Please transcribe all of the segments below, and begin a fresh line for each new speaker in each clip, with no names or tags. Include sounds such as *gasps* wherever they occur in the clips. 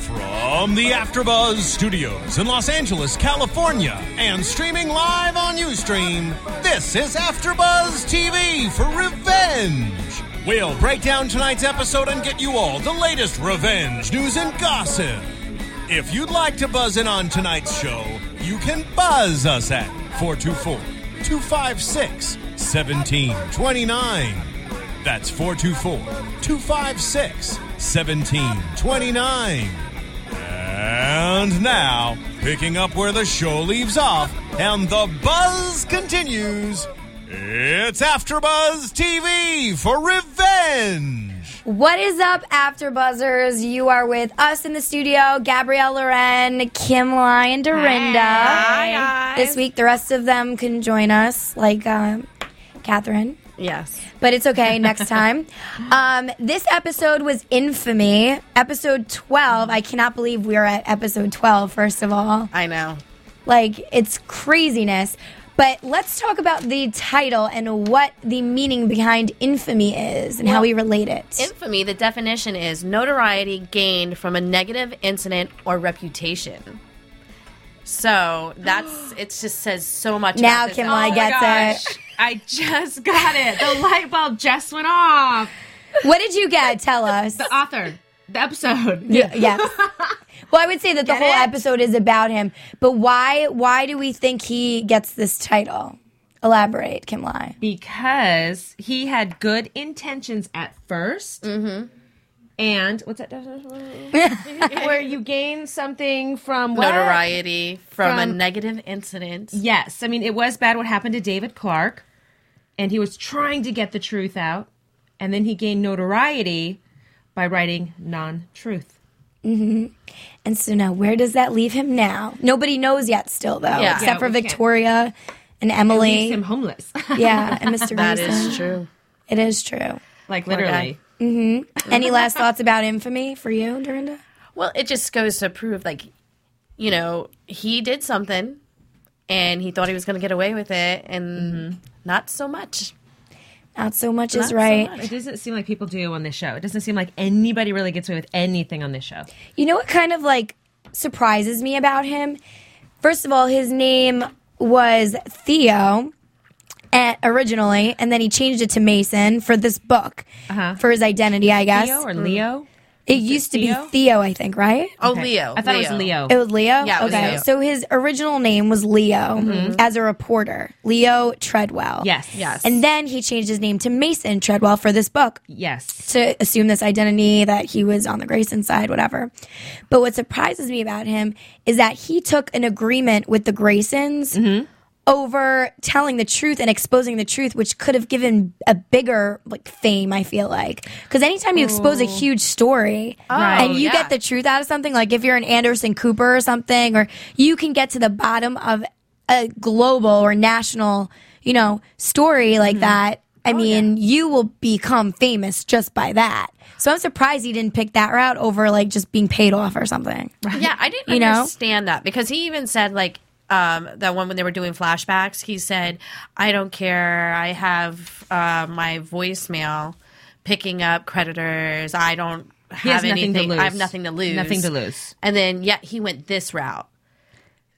From the AfterBuzz Studios in Los Angeles, California, and streaming live on UStream, this is AfterBuzz TV for Revenge. We'll break down tonight's episode and get you all the latest revenge news and gossip. If you'd like to buzz in on tonight's show, you can buzz us at 424 256 1729. That's 424 256 1729. And now, picking up where the show leaves off and the buzz continues, it's AfterBuzz TV for Revenge.
What is up, After Buzzers? You are with us in the studio, Gabrielle Loren, Kim Lai, and Dorinda.
Hi. Hi, guys.
This week, the rest of them can join us, like um, Catherine.
Yes.
But it's
*laughs*
okay, next time. Um, this episode was infamy. Episode 12. I cannot believe we're at episode 12, first of all.
I know.
Like, it's craziness. But let's talk about the title and what the meaning behind infamy is and how we relate it.
Infamy, the definition is notoriety gained from a negative incident or reputation. So that's it. Just says so much.
Now
about this.
Kim Lai
Oh,
gets it.
I just got it. The light bulb just went off.
What did you
*laughs*
get? Tell us.
The author, the episode.
Yeah, yes. Well, I would say that the whole episode is about him, but why? Why do we think he gets this title? Elaborate, Kim Lai.
Because he had good intentions at 1st Mm-hmm. And what's that definition? Where you gain something from *laughs* what?
notoriety from, a
From-
negative incident.
Yes. I mean, it was bad what happened to David Clark, and he was trying to get the truth out, and then he gained notoriety by writing non truth.
And so now, where does that leave him now? Nobody knows yet, still though,
Yeah.
except
Yeah,
for
we can't-
Victoria and
Leaves
Emily.
him homeless. *laughs*
*laughs*
yeah, and Mr.
That
Reason.
is true.
It is true.
like, literally.
Any last thoughts about infamy for you, Dorinda?
Well, it just goes to prove, like, you know, he did something, and he thought he was going to get away with it, and not so much.
Not so much
Not
is
so
right.
much.
It doesn't seem like people do on this show. It doesn't seem like anybody really gets away with anything on this show.
You know what kind of like surprises me about him? First of all, his name was Theo eh, originally, and then he changed it to Mason for this book
Uh-huh.
for his identity, I guess.
Leo or Leo?
it used to
Theo?
be Theo, I think, right?
Mm. Oh,
Okay.
Leo.
I thought it was Leo.
It was Leo?
Yeah, it was
okay.
Leo. Mm-hmm.
So his original name was Leo as a reporter, Leo Treadwell.
yes.
Yes.
And then he changed his name to Mason Treadwell for this book
Yes.
to assume this identity that he was on the Grayson side, whatever. But what surprises me about him is that he took an agreement with the Graysons over telling the truth and exposing the truth, which could have given a bigger like fame. I feel like because anytime you expose a huge story and you
yeah.
get the truth out of something, like if you're an Anderson Cooper or something, or you can get to the bottom of a global or national, you know, story like that. I mean, you will become famous just by that. So I'm surprised he didn't pick that route over like just being paid off or something.
Yeah, I didn't
You know?
understand that because he even said like um, that one when they were doing flashbacks. He said, "I don't care. I have uh, my voicemail picking up creditors. I don't have
He has
anything.
nothing to lose.
I have nothing to lose.
Nothing to lose.
And then yet he went this route.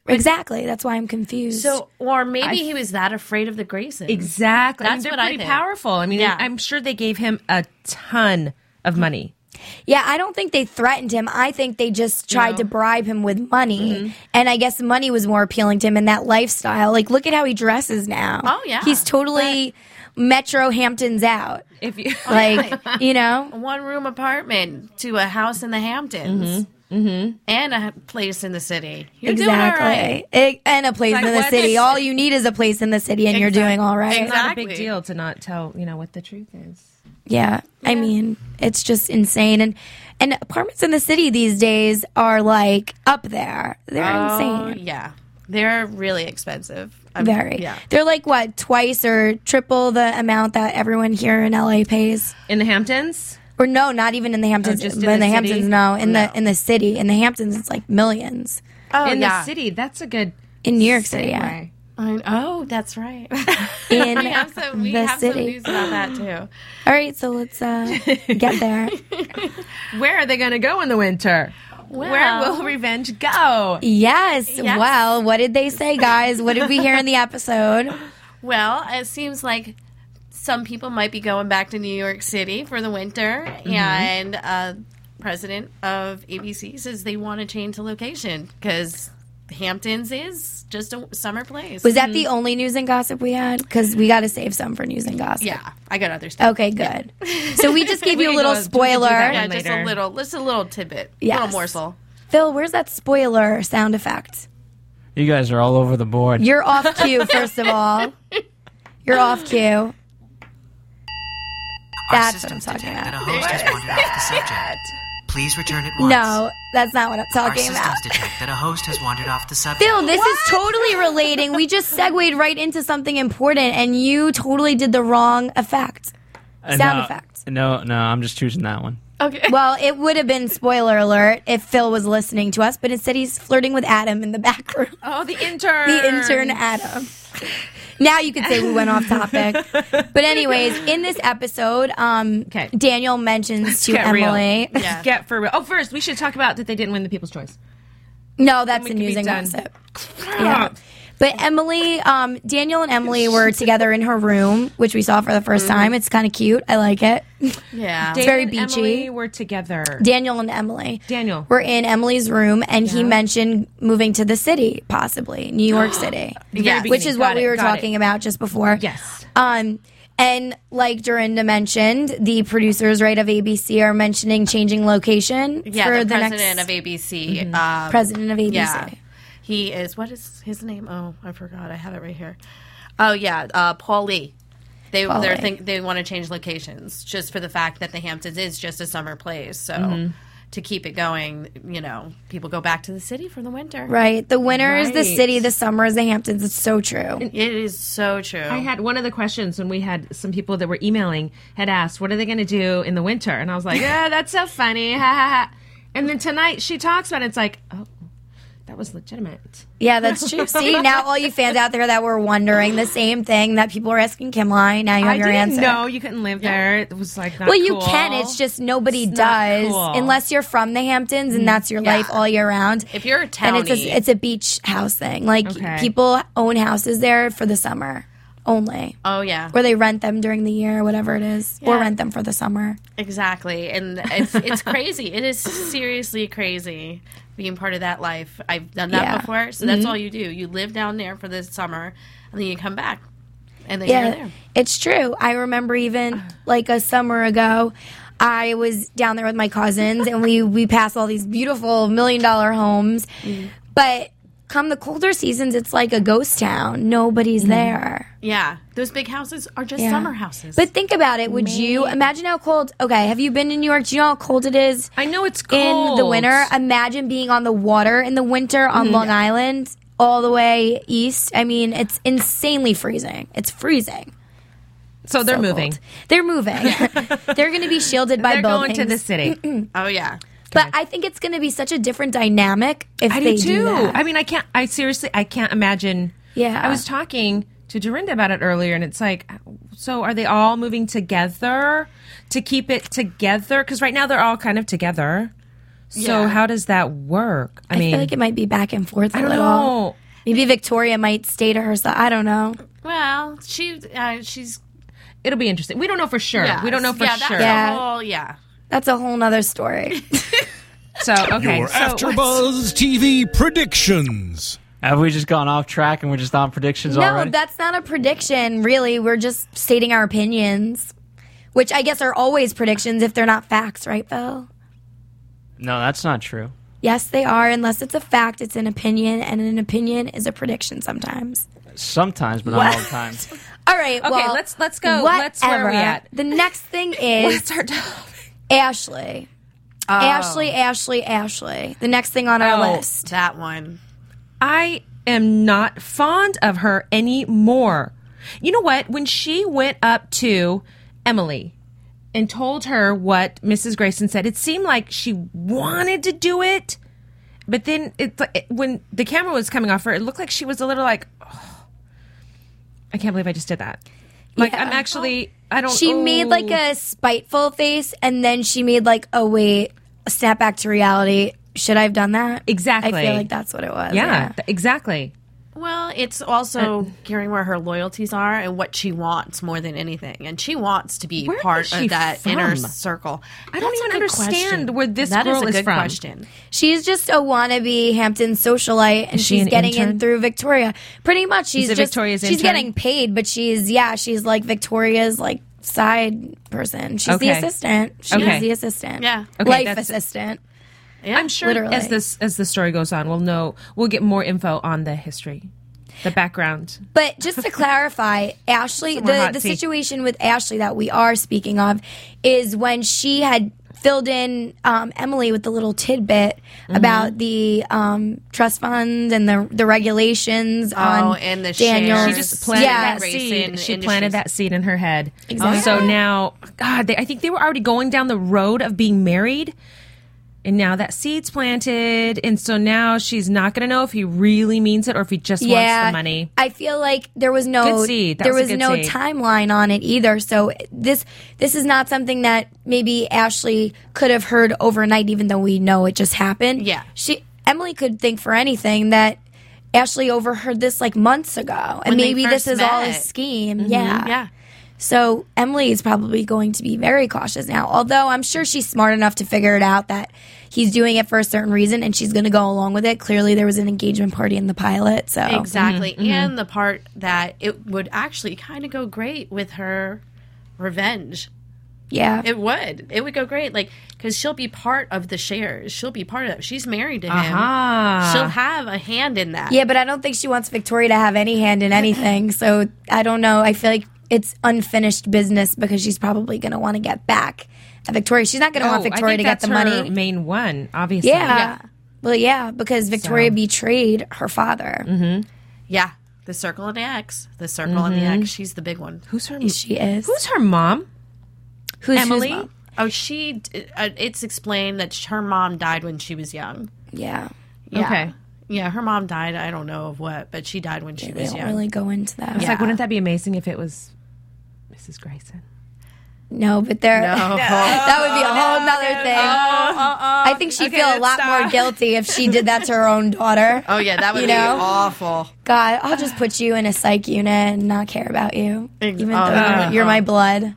Exactly. That's why I'm confused.
So, or maybe he was that afraid of the Graysons.
Exactly. I mean,
That's
they're
what I
pretty
think.
powerful. I mean,
Yeah.
I'm sure they gave him a ton of money.
Yeah, I don't think they threatened him. I think they just tried to bribe him with money.
Mm-hmm.
And I guess money was more appealing to him in that lifestyle. Like, look at how he dresses now.
Oh, yeah.
He's totally Metro Hamptons
*laughs*
out.
If *laughs* you
Like, you know?
One room apartment to a house in the Hamptons.
Mm-hmm.
And a place in the city. You're doing all right.
exactly. It- and a place
Like,
in the
what
city.
is-
All you need is a place in the city, and you're doing all right.
it's not a big
Exactly.
deal to not tell, you know, what the truth is.
Yeah. I mean, it's just insane. And and apartments in the city these days are like up there. They're
Oh,
insane.
yeah. They're really expensive. I'm-
Very.
Yeah.
They're like what twice or triple the amount that everyone here in LA pays.
in the Hamptons.
Or no, not even in the Hamptons.
Oh, just
but
in
in the,
the city?
Hamptons, no. In
No.
the in the city, in the Hamptons, it's like millions.
Oh
in
yeah.
the city, that's a good
In New York City, yeah.
way.
I- oh, that's right. *laughs*
In
we have some. We
the
have some
city.
news about that too.
All right, so let's
*laughs*
uh, get there.
Where are they going to go in the winter? Where
Well-
will revenge go?
Yes.
Yes.
Well, what did they say, guys? What did we hear in the episode?
Well, it seems like some people might be going back to New York City for the winter,
Mm-hmm.
and uh, president of ABC says they want to change the location because Hamptons is just a summer place.
Was that the
Mm-hmm.
only news and gossip we had? Because we got to save some for news and gossip.
yeah, I got other stuff.
Okay, good. So we just gave you a
*laughs* We
little
can go- we can do that
spoiler.
Yeah, just a
Later.
little, just a little tidbit,
Yes.
little morsel.
Phil, where's that spoiler sound effect?
You guys are all over the board.
You're off
*laughs*
cue, first of all. You're off cue. That's what I'm talking
detect that a
about.
host
*laughs*
has wandered off the subject. Please return at once.
No, that's not what I'm
Our
talking
systems
about.
detect that a host has wandered off the subject.
Phil, this is totally relating. We just segued right into something important, and you totally did the wrong effect.
And
sound
uh,
no-
effect.
No, no, I'm just choosing that one.
Okay.
Well, it would have been spoiler alert if Phil was listening to us, but instead he's flirting with Adam in the back room. *laughs*
Oh,
*laughs*
the intern.
the intern Adam. Now you could say we went off topic. But anyways, in this episode, um,
Okay.
Daniel mentions to
get real.
Emily.
Yeah.
Get for real. Oh, first we should talk about that they didn't win the People's Choice.
No, that's the
can
news
be
and
done.
gossip. Yeah. But Emily, um, Daniel and Emily
*laughs*
were together in her room, which we saw for the first
Mm-hmm.
time. It's kind of cute. I like it. *laughs*
*laughs* Yeah.
Dave
very
and
beachy.
Emily were together.
Daniel and Emily
Daniel.
were in Emily's room, and he mentioned moving to the city, possibly New
*gasps*
York City,
Yeah.
which is what
Got
we
it,
were
got
talking
it.
about just before.
Yes.
Um, and like Dorinda mentioned, the producers, right, of ABC are mentioning changing location
Yeah,
for the,
the, president
next Mm-hmm.
of ABC. Um,
president of ABC.
yeah, he is. What is his name? Oh, I forgot. I have it right here. Oh yeah, uh, Paul Lee. They
Paul
they're
Lee.
think they want to change locations just for the fact that the Hamptons is just a summer place. So
Mm-hmm.
to keep it going, you know, people go back to the city for the winter.
Right. The winter is the
Right.
city. The summer is the Hamptons. It's so true.
It is so true.
I had one of the questions when we had some people that were emailing had asked, "What are they going to do in the winter?" And I was like, "Yeah, that's so funny." *laughs* Ha ha ha. And then tonight she talks about it. It's like, "Oh, that was legitimate."
Yeah, that's true.
*laughs*
See, now all you fans out there that were wondering the same thing that people were asking Kim Line, now you have
I
your
didn't
answer.
know you couldn't live there. It was like, not
Well, you
cool.
can. It's just nobody
It's not
does
cool. Mm,
unless you're from the Hamptons and that's your life all year round.
If you're a
and it's
townie.
a, it's a beach house thing. Like
Okay.
people own houses there for the summer only,
oh yeah,
or they rent them during the year, whatever it is, or
Yeah.
rent them for the summer.
exactly. And it's it's crazy. It is seriously crazy being part of that life. I've done that
Yeah. Mm-hmm.
before, so that's all you do. You live down there for the summer, and then you come back, and then you're
Yeah,
there.
it's true. I remember even like a summer ago, I was down there with my cousins and we we passed all these beautiful million dollar homes, but come the colder seasons, it's like a ghost town. Nobody's there.
Yeah, those big houses are just
Yeah.
summer houses.
But think about it. Would you imagine how cold? Okay, have you been to New York? Do you know how cold it is
I know it's cold
in the winter? uh, Imagine being on the water in the winter on Long Island, all the way east. I mean, it's insanely freezing. It's freezing.
So they're
So
moving.
cold. They're moving.
*laughs*
They're going to be shielded by
They're going
buildings.
to the city.
oh yeah,
But I think it's going to be such a different dynamic if
I
they
do
do,
too.
that.
I mean, I can't. I seriously, I can't imagine.
Yeah.
I was talking to Dorinda about it earlier, and it's like, so are they all moving together to keep it together? Because right now they're all kind of together. So
Yeah.
how does that work? I,
I
mean,
feel like it might be back and forth a
I don't
little.
know.
Maybe Victoria might stay to herself. I don't know.
Well, she uh, she's
It'll be interesting. We don't know for sure.
yeah.
We don't know for
yeah,
sure.
That's
Yeah.
yeah, whole, yeah.
That's a whole nother story.
So okay.
Your
so what's-
AfterBuzz TV predictions.
Have we just gone off track and we're just on predictions already?
No, that's not a prediction, really. We're just stating our opinions, which I guess are always predictions if they're not facts, right, Phil?
no, that's not true.
Yes, they are. Unless it's a fact, it's an opinion, and an opinion is a prediction sometimes.
Sometimes, but not all the time.
All right. Okay, well,
let's- let's go. Let's- where are we
whatever.
at?
The next
*laughs*
thing is
what's our topic?
Ashley. Ashley, Ashley, Ashley. The next thing on our
Oh.
list.
That one.
I am not fond of her anymore. You know what? When she went up to Emily and told her what Mrs. Grayson said, it seemed like she wanted to do it, but then it, it when the camera was coming off her, it looked like she was a little like, "Oh, I can't believe I just did that. Like
Yeah.
I'm actually, I don't.
She made like
ooh.
a spiteful face and then she made like, oh wait, a snap back to reality. Should I have done that?
Exactly.
I feel like that's what it was.
yeah, th- exactly.
Well, it's also caring where her loyalties are and what she wants more than anything. And she wants to be
Where is
part
she
of that
from?
inner circle.
I don't
That's a
even
good
understand
question.
where this
That
girl
a
is
good
from.
question.
She's just a wannabe Hampton socialite and
she
she's
an
getting
intern?
in through Victoria. Pretty much she's
it
just
Victoria's
she's
intern?
getting paid, but she's yeah, she's like Victoria's like side person. She's the
Okay.
assistant. She's
Okay.
the assistant.
Yeah.
Okay,
Life
that's-
assistant.
I'm sure
Literally.
as this as the story goes on, we'll know we'll get more info on the history, the background.
But just
*laughs*
to clarify, Ashley,
Somewhere
the,
hot
the
seat.
situation with Ashley that we are speaking of is when she had filled in um, Emily with the little tidbit
Mm-hmm.
about the um, trust funds and the the regulations
Oh,
on
and the
Daniel's.
shares.
She just planted
Yes.
that
Racing
seed. She
Industries.
planted that seed in her head.
Exactly.
So now, God, they, I think they were already going down the road of being married, and now that seed's planted, and so now she's not going to know if he really means it or if he just wants the money.
I feel like there was no
Good seed. That
there
was
was
a good
no
seed.
timeline on it either. So this this is not something that maybe Ashley could have heard overnight, even though we know it just happened.
Yeah.
she Emily could think for anything that Ashley overheard this like months ago, and
When they
maybe this
first
is all a
met.
scheme.
Mm-hmm.
Yeah,
Yeah.
So Emily is probably going to be very cautious now. Although I'm sure she's smart enough to figure it out that he's doing it for a certain reason, and she's going to go along with it. Clearly, there was an engagement party in the pilot, so
Oh.
Exactly.
Mm-hmm,
And the part that it would actually kind of go great with her revenge.
yeah.
It would. It would go great. Like, because she'll be part of the shares. She'll be part of that. She's married to him.
Ah.
She'll have a hand in that.
Yeah, but I don't think she wants Victoria to have any hand in anything. So I don't know. I feel like it's unfinished business because she's probably going to want to get back at Victoria. She's not going to
Oh,
want
I
Victoria
think
to get
that's
the
her
money.
Main one, obviously.
yeah. Well, yeah, because Victoria betrayed her father.
Mm-hmm.
Yeah. The circle and the X. The circle and the
Mm-hmm.
X. She's the big one.
Who's her?
She is.
Who's her mom?
who's
Emily?
mom?
Oh, she. d- uh, It's explained that her mom died when she was young.
yeah.
Yeah.
Okay.
Yeah, her mom died. I don't know of what, but she died when she
They
was
don't
young. *laughs*
really go into that.
It's like, wouldn't that be amazing if it was Mrs. Grayson?
No, but there.
Oh,
that would be a
*laughs*
whole nother thing.
uh,
I think she'd feel a
let's
lot more
stop.
guilty if she did that to her own daughter.
Oh yeah, that would
You
be
know?
awful.
God, I'll just
*sighs*
put you in a psych unit and not care about you,
Ex-
even though
oh,
you're, you're my blood.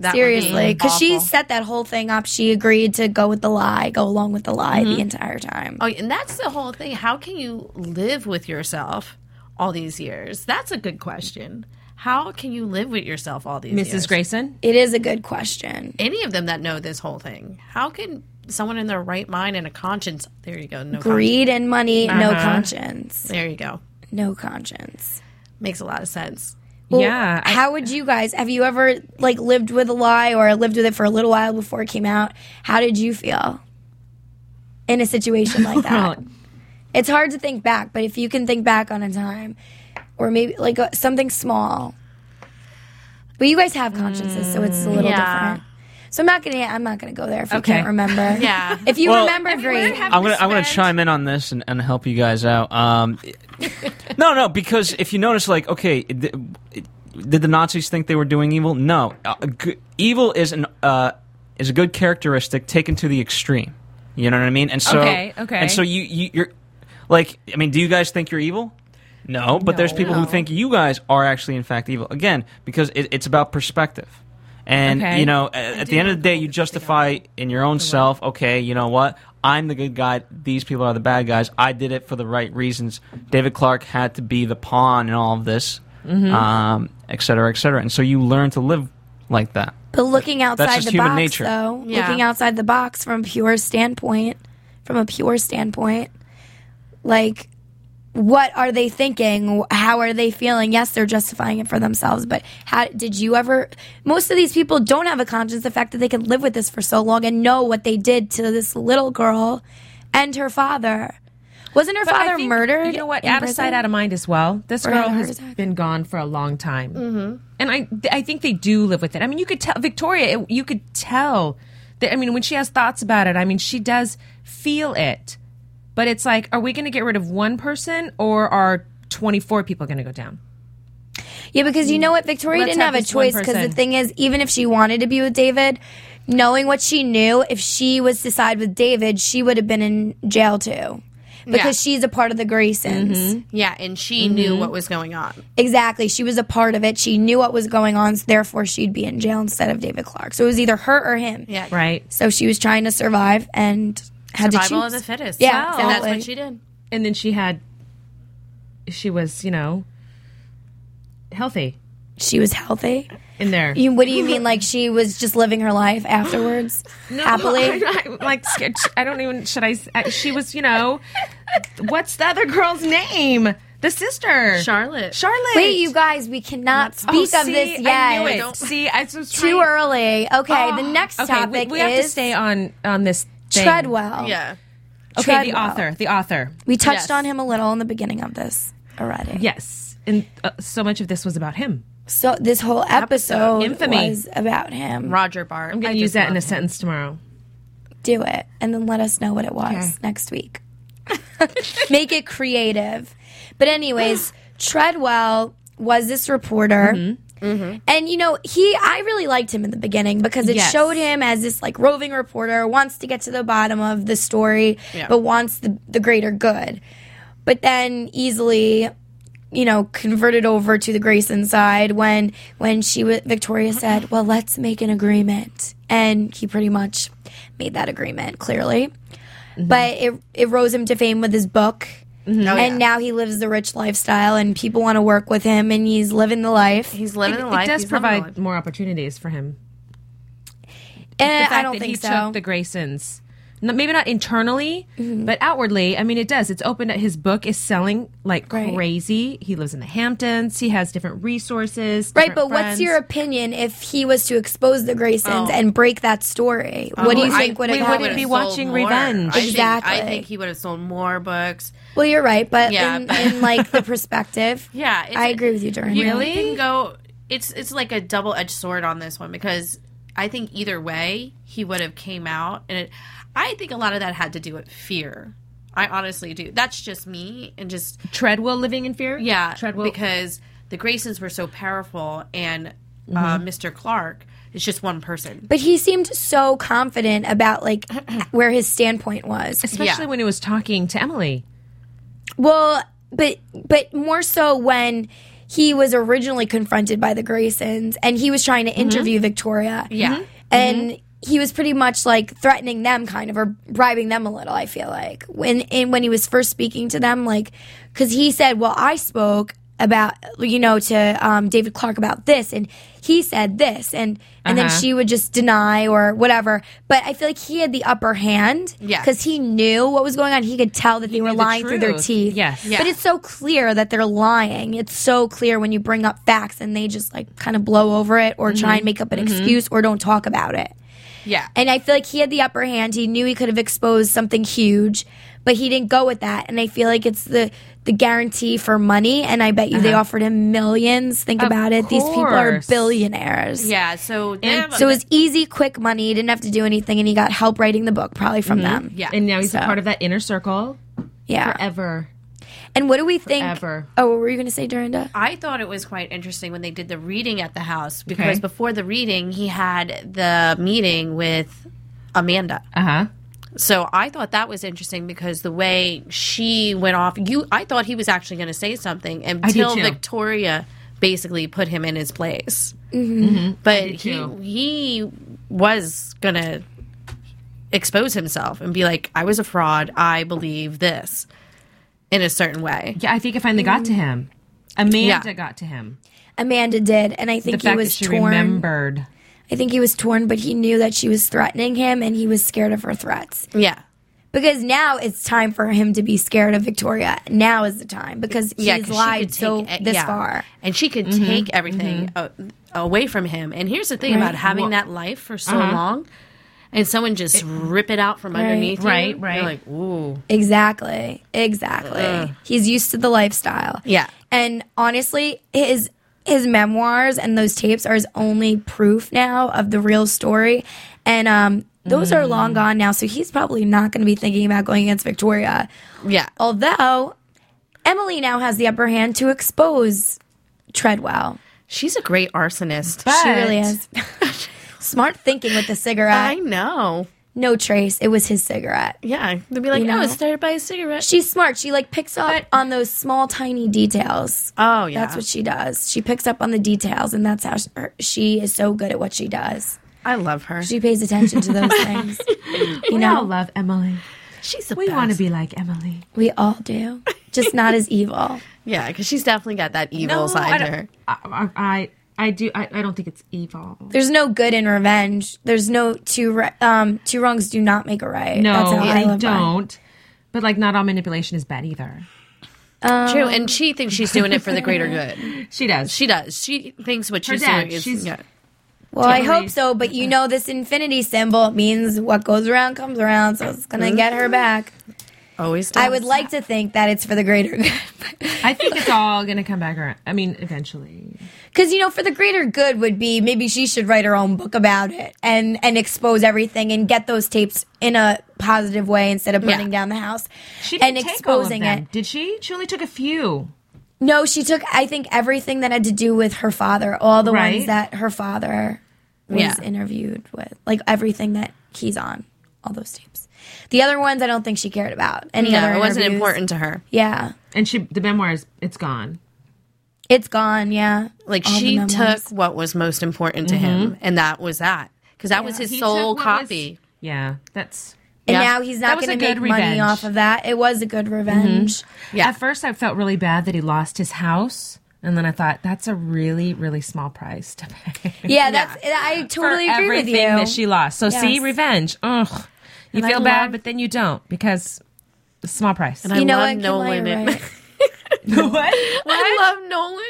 That would be
Seriously, because she
awful.
set that whole thing up. She agreed to go with the lie, go along with the lie the entire time.
Oh, and that's the whole thing. How can you live with yourself all these years? That's a good question. How can you live with yourself all these years?
Mrs. Grayson?
It is a good question.
Any of them that know this whole thing. How can someone in their right mind and a conscience? There you go. No conscience.
Greed and money, no
Uh-huh.
conscience.
There you go.
No conscience.
Makes a lot of sense.
Well,
yeah. I-
How would you guys? Have you ever like lived with a lie or lived with it for a little while before it came out? How did you feel in a situation
*laughs*
like that?
Well,
it's hard to think back, but if you can think back on a time, or maybe like uh, something small. But you guys have consciences, so it's a little
Mm, Yeah.
different. So I'm not gonna. I'm not gonna go there if you
Okay.
can't remember.
*laughs* Yeah.
If you
Well-
remember, great.
I'm gonna I'm gonna chime in on this and, and help you guys out. Um, *laughs* no, no, because if you notice, like, okay, th- did the Nazis think they were doing evil? No, uh, g- evil is an uh, is a good characteristic taken to the extreme. You know what I mean? And so,
Okay, okay.
and so you, you you're like, I mean, do you guys think you're evil? No, but there's people who think you guys are actually, in fact, evil. Again, because it, it's about perspective. And
Okay.
you know, at, at the end of the day, you justify in your own self. Okay, you know what? I'm the good guy. These people are the bad guys. I did it for the right reasons. David Clark had to be the pawn in all of this, um, et cetera, et cetera. And so you learn to live like that.
But looking outside
just
the
human
box,
nature.
though,
Yeah.
looking outside the box from a pure standpoint, from a pure standpoint, like what are they thinking? How are they feeling? Yes, they're justifying it for themselves, but how did you ever? Most of these people don't have a conscience. The fact that they can live with this for so long and know what they did to this little girl and her father. Wasn't her
But I
father
think,
murdered?
You know what?
in
Out of
prison?
sight, out of mind as well. This
Or
girl
had a heart
has
attack.
been gone for a long time, mm-hmm. and I th- I think they do live with it. I mean, you could tell Victoria. It, you could tell that. I mean, when she has thoughts about it, I mean, she does feel it. But it's like, are we going to get rid of one person, or are twenty four people going to go down?
Yeah, because you know what? Victoria
Let's
didn't
have
have, a
this one
choice because the
person.
thing is, even if she wanted to be with David, knowing what she knew, if she was to side with David, she would have been in jail too. Because she's a part of the Graysons.
Mm-hmm.
Yeah, and she knew what was going on.
Exactly. She was a part of it. She knew what was going on. so therefore, she'd be in jail instead of David Clark. So it was either her or him.
Yeah,
Right.
So she was trying to survive and had
Survival
to
of
choose.
the fittest.
Yeah,
Wow. and that's
exactly.
what she did.
And then she had, she was, you know, healthy
she was healthy.
in there.
You, what do you mean? Like she was just living her life
*gasps*
afterwards happily?
I'm not- like scared. I don't even should I s- I- she was you know what's the other girl's name the sister
Charlotte.
Charlotte
Wait, you guys, we cannot
Oh,
speak of
see,
this yet.
I knew it.
Don't-
see I was trying,
Too early. Okay, the next
Oh. okay,
topic
we, we
is
have to stay on on this thing.
Treadwell.
Yeah.
okay
Treadwell.
the author the author
We touched
Yes.
on him a little in the beginning of this already.
yes and uh, so much of this was about him
So this whole episode
Infamy.
was about him.
Roger Bart.
I'm gonna use that in a sentence tomorrow
Do it, and then let us know what it was next week. *laughs* Make it creative. But
*gasps*
anyways, Treadwell was this reporter.
Mm-hmm.
And you know, he I really liked him in the beginning because it
Yes.
showed him as this like roving reporter, wants to get to the bottom of the story, but wants the, the greater good. But then easily, you know, converted over to the Grayson side when when she wa Victoria said, "Well, let's make an agreement." And he pretty much made that agreement clearly. But it it rose him to fame with his book. and now he lives the rich lifestyle, and people want to work with him, and he's living the life.
He's living
it,
the
it
life.
does
He's living the
provide
life.
more opportunities for him
Eh,
the fact
I don't
that
think
he
so. Mm-hmm.
took the Graysons. N- Maybe not internally, but outwardly. I mean, it does. It's open. His book is selling like
Right.
crazy. He lives in the Hamptons. He has different resources.
right, but
different
what's
friends. Oh.
your opinion if he was to expose the Graysons and break that story? what do you
I-
think would have
we
happened?
would've
be
sold
watching
more.
Revenge.
I think- I
Exactly.
think he would have sold more books.
well, you're right, but
Yeah,
in,
but-
in like
*laughs*
the perspective,
Yeah, it's-
I agree with you, Doreen.
You can go. It's it's like a double edged sword on this one because I think either way he would have came out, and it, I think a lot of that had to do with fear. I honestly do. That's just me, and just
Treadwell living in fear?
yeah,
Treadwell.
because the Graysons were so powerful, and uh, Mr. Clark is just one person.
Mm-hmm. But he seemed so confident about
*clears throat*
like where his standpoint was.
especially
yeah.
when he was talking to Emily.
Well, but but more so when he was originally confronted by the Graysons and he was trying to interview Victoria.
Yeah. Mhm.
And he was pretty much like threatening them kind of or bribing them a little, I feel like. When and when he was first speaking to them like cuz he said, "Well, I spoke about you know to um, David Clark about this and he said this and and then she would just deny or whatever but I feel like he had the upper hand
Yes.
cuz he knew what was going on he could tell that they were
knew the
lying through their
truth.
teeth
Yes. Yeah.
but it's so clear that they're lying. It's so clear when you bring up facts and they just like kind of blow over it or try
Mm-hmm.
and make up an excuse or don't talk about it.
Yeah,
And I feel like he had the upper hand. He knew he could have exposed something huge, but he didn't go with that. And I feel like it's the the guarantee for money. And I bet you they offered him millions. Think about it. These people are
Uh-huh. course.
billionaires.
yeah. So them-
So it was easy, quick money. He didn't have to do anything, and he got help writing the book probably from
Mm-hmm.
them.
yeah,
And now he's
So-
a
Uh.
part of that inner circle
yeah.
forever.
And what do we think?
Forever.
Oh, what were you going to say, Dorinda?
I thought it was quite interesting when they did the reading at the house because
Okay.
before the reading, he had the meeting with Amanda.
Uh huh.
So I thought that was interesting because the way she went off, you, I thought he was actually going to say something until
too.
Victoria basically put him in his place. But he
Mm-hmm. too.
he was going to expose himself and be like, "I was a fraud. I believe this." In a certain way,
Yeah, I think it finally
Mm.
got to him. Amanda
Yeah.
got to him.
Amanda did, and I
The
think he
fact
was
that she
torn.
remembered.
I think he was torn, but he knew that she was threatening him, and he was scared of her threats.
yeah,
Because now it's time for him to be scared of Victoria. Now is the time because he's
'cause she
lied
could
so
take it-
this
yeah.
far. Mm-hmm.
and she could take
Uh-huh.
everything a away from him. And here's the thing about having that life for so long, and someone just rip it out from underneath you,
right, right.
You're like, ooh,
Exactly. Exactly. He's used to the lifestyle.
Yeah.
And honestly, his his memoirs and those tapes are his only proof now of the real story. And um those are
Mm.
long gone now, so he's probably not going to be thinking about going against Victoria.
yeah.
Although Emily now has the upper hand to expose Treadwell.
She's a great arsonist.
she really is. *laughs* Smart thinking with the
I
cigarette.
know.
no trace. It was his cigarette.
Yeah, they'd be like,
You
"Oh,
know?
it's started by a cigarette."
She's smart. She like picks up on those small, tiny details.
oh, yeah.
That's what she does. She picks up on the details, and that's how she, her, she is so good at what she does.
I love her.
She pays attention to those things. You
We all
know,
love Emily.
she's the
We want to
best.
be like Emily.
we all do, just not as evil.
Yeah, because she's definitely got that evil side
I,
to
don't-
her.
I, I, I do. I, I don't think it's evil.
There's no good in revenge. There's no two ri- um, two wrongs do not make a right.
No,
that's how I,
I,
live by.
don't. But like, not all manipulation is bad either.
True,
Um,
and she thinks she's doing it for
*laughs*
the greater good.
She does.
She does. She thinks what
Her
she's
dad,
doing is
she's-
yeah.
Well, I
Totally.
hope so, but you know, this infinity symbol means what goes around comes around, so it's gonna get
Mm-hmm.
her back.
always. Does.
I would like to think that it's for the greater good.
I think it's all gonna come back around. I mean, eventually.
Because you know, for the greater good would be maybe she should write her own book about it and and expose everything and get those tapes in a positive way instead of burning down the house
She
and
didn't take
exposing
all of
it.
them, Did she? She only took a few.
No, she took I think everything that had to do with her father, all the
Right.
ones that her father was
Yeah.
interviewed with, like everything that he's on, all those tapes. The other ones I don't think she cared about. Any
No,
other
it wasn't
interviews.
important to her.
Yeah,
And she, the memoirs, it's gone.
it's gone. Yeah,
Like
All the
she
memoirs.
took what was most important to him, and that was that because that was his
Mm-hmm. He
sole
took what
copy.
was- yeah, that's.
and
Yeah.
now he's
That
not
was
going to
a
make
good
money
revenge. Mm-hmm.
off of that. It was a good revenge.
Yeah.
At first, I felt really bad that he lost his house, and then I thought that's a really, really small price to pay.
Yeah, that's. I totally
for
agree with
everything
you.
that she lost. So see,
Yes.
revenge. Ugh, you
And I
feel bad,
love-
but then you don't because it's a small price.
I
you know
love
what?
Nolan.
Kamala, you're
in-
right. *laughs*
what?
I love Nolan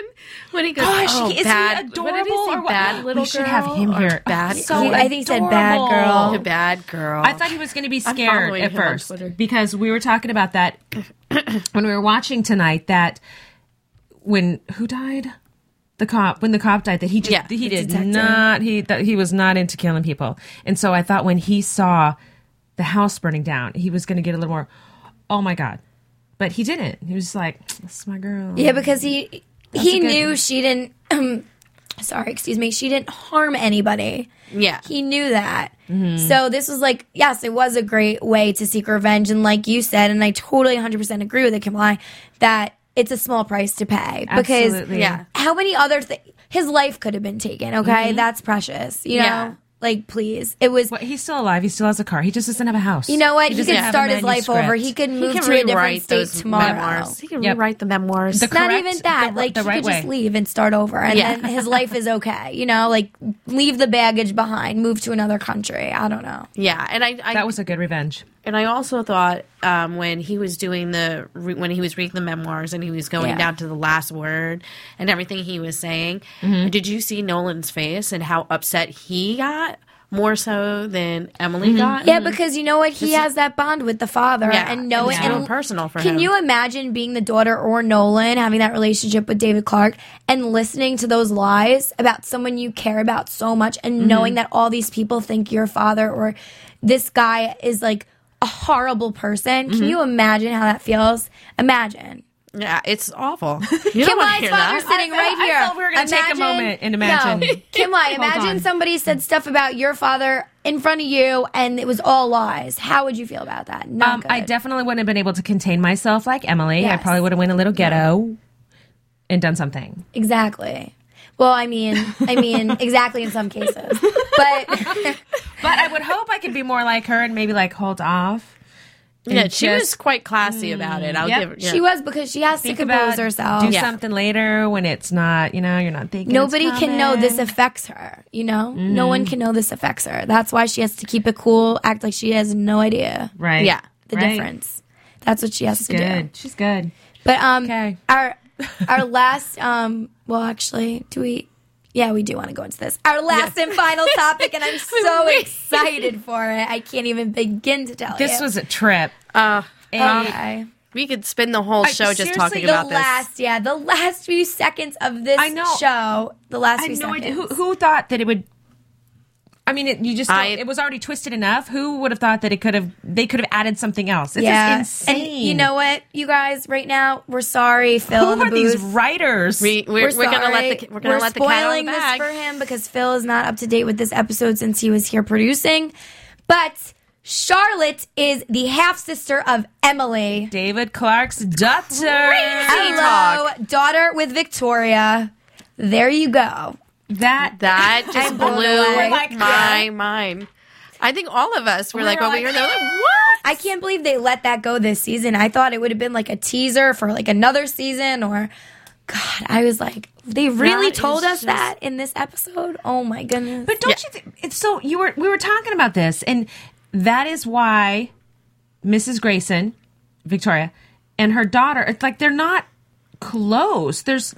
when he goes,
Gosh,
"Oh,
he- is he
bad, What did he
adorable
say,
or what?
Bad little
we should
girl
have him
or
here.
Bad,
He's
girl?
He- I think he said bad
adorable.
girl.
bad girl.
I thought he was going to be scared
following
at
him on
first
Twitter.
because we were talking about that *coughs* when we were watching tonight. That when who died, the cop when the cop died, that he just
Yeah,
he
the
did
detective.
not he that he was not into killing people, and so I thought when he saw the house burning down, he was going to get a little more. Oh my god! But he didn't. He was just like, "This is my girl."
Yeah, because he he
a good-
knew she didn't. *clears throat* Um, sorry, excuse me. She didn't harm anybody.
yeah,
He knew that. So this was like, yes, it was a great way to seek revenge, and like you said, and I totally 100 percent agree with it, Kamala, that it's a small price to pay because
Absolutely.
Yeah.
how many other things? His life could have been taken. Okay, that's precious. You know,
Yeah.
like please, it was.
But he's still alive. He still has a car. He just doesn't have a house.
You know what? He,
doesn't
could
have a
start his life over.
manuscript.
He could move
he can
to a different
rewrite
state
those
tomorrow.
memoirs. He can
Yep.
rewrite the memoirs.
The
Not
correct-
even that.
the-
like
the
he
right
could just
way.
leave and start over, and
Yeah.
then his life is okay. You know, like leave the baggage behind, move to another country. I don't know.
yeah, and I, I
that was a good revenge.
and I also thought um, when he was doing the re- when he was reading the memoirs and he was going
Yeah.
down to the last word and everything he was saying.
Mm-hmm.
Did you see Nolan's face and how upset he got more so than Emily got?
Yeah, because you know what? He has that bond with the father
Mm-hmm. Yeah,
and knowing
it's real
and
personal for
Can
him.
you imagine being the daughter or Nolan having that relationship with David Clark and listening to those lies about someone you care about so much and
Mm-hmm.
knowing that all these people think your father or this guy is like a horrible person?
Mm-hmm.
Can you imagine how that feels? Imagine.
Yeah,
*laughs*
it's awful. You
Kim
don't want
Y's
to hear
father's
that.
sitting
I
right
felt- I
here.
felt we were gonna take a moment and *laughs* imagine.
No. Kim Y, imagine
on.
somebody said stuff about your father in front of you and it was all lies. How would you feel about that? Not
Um, I
good.
definitely wouldn't have been able to contain myself like Emily.
Yes.
I probably would have went a little ghetto and done something.
exactly. Well, I mean, I
*laughs*
mean, exactly in some cases, but *laughs*
But I would hope I could be more like her and maybe like hold off.
Yeah, she
just-
was quite classy about it. I'll
Yep.
give her. Yeah.
Mm, she was because she has to compose herself.
do something later when it's not, you know, you're not thinking. it's
Nobody can know
coming.
this affects her. You know, no one
Mm-hmm.
can know this affects her. That's why she has to keep it cool, act like she has no idea
right?
Yeah.
the
Right.
difference. That's what she has to do.
Good. She's good.
But um,
*laughs* Okay.
our our last um, well, actually, do we? Yeah, we do want to go into this. Our last and final topic,
*laughs*
and I'm so excited for it. I can't even begin to tell you.
This was um, a trip.
oh,
Uh,
Okay.
we could spend the whole show just
seriously,
talking
the *laughs*
about this.
last, yeah, the last few seconds of this
I know.
show. The last
I
few
had no
seconds.
idea. Who, who thought that it would? I mean, it, you just
I-
don't- it was already twisted enough. Who would have thought that it could have? They could have added something else. This
yeah,
is insane.
and you know what, you guys, right now we're sorry, Phil.
who
in the
are these
booth.
writers?
We, we're, we're,
We're,
gonna
sorry.
let the we're gonna let the cat out of
spoiling
the bag.
this for him because Phil is not up to date with this episode since he was here producing. But Charlotte is the half sister of Emily.
David Clark's daughter. Um,
Hello, daughter with Victoria. There you go.
That
That just
I'm
blew
blown away. We're
like,
my
yeah.
mind. I think all of us were like,
were
when we
like,
were there, like,
"Ah!"
what?
I can't believe they let that go this season. I thought it would have been like a teaser for like another season or God, I was like, they really
That
told
is
us
just-
that in this episode? Oh my goodness.
But don't you think it's so you were we were talking about this and that is why Mrs. Grayson, Victoria, and her daughter, it's like they're not close. There's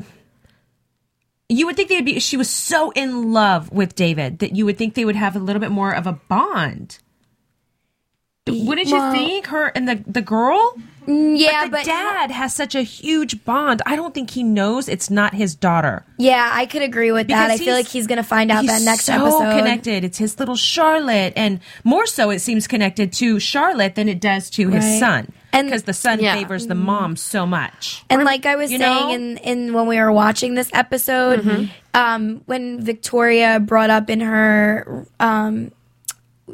you would think they'd be she was so in love with David that you would think they would have a little bit more of a bond. Wouldn't you
Well-
think her and the the girl?
yeah,
the dad has such a huge bond. I don't think he knows it's not his daughter.
yeah, I could agree with that. I
Because
feel like he's going to find out
he's
that next
so
episode.
connected. It's his little Charlotte, and more so, it seems connected to Charlotte than it does to
Right.
his son,
And- Mm.
because the son
Yeah.
favors the mom so much.
And like I was
you
saying
know? Mm-hmm.
in, in when we were watching this episode, um, when Victoria brought up in her um,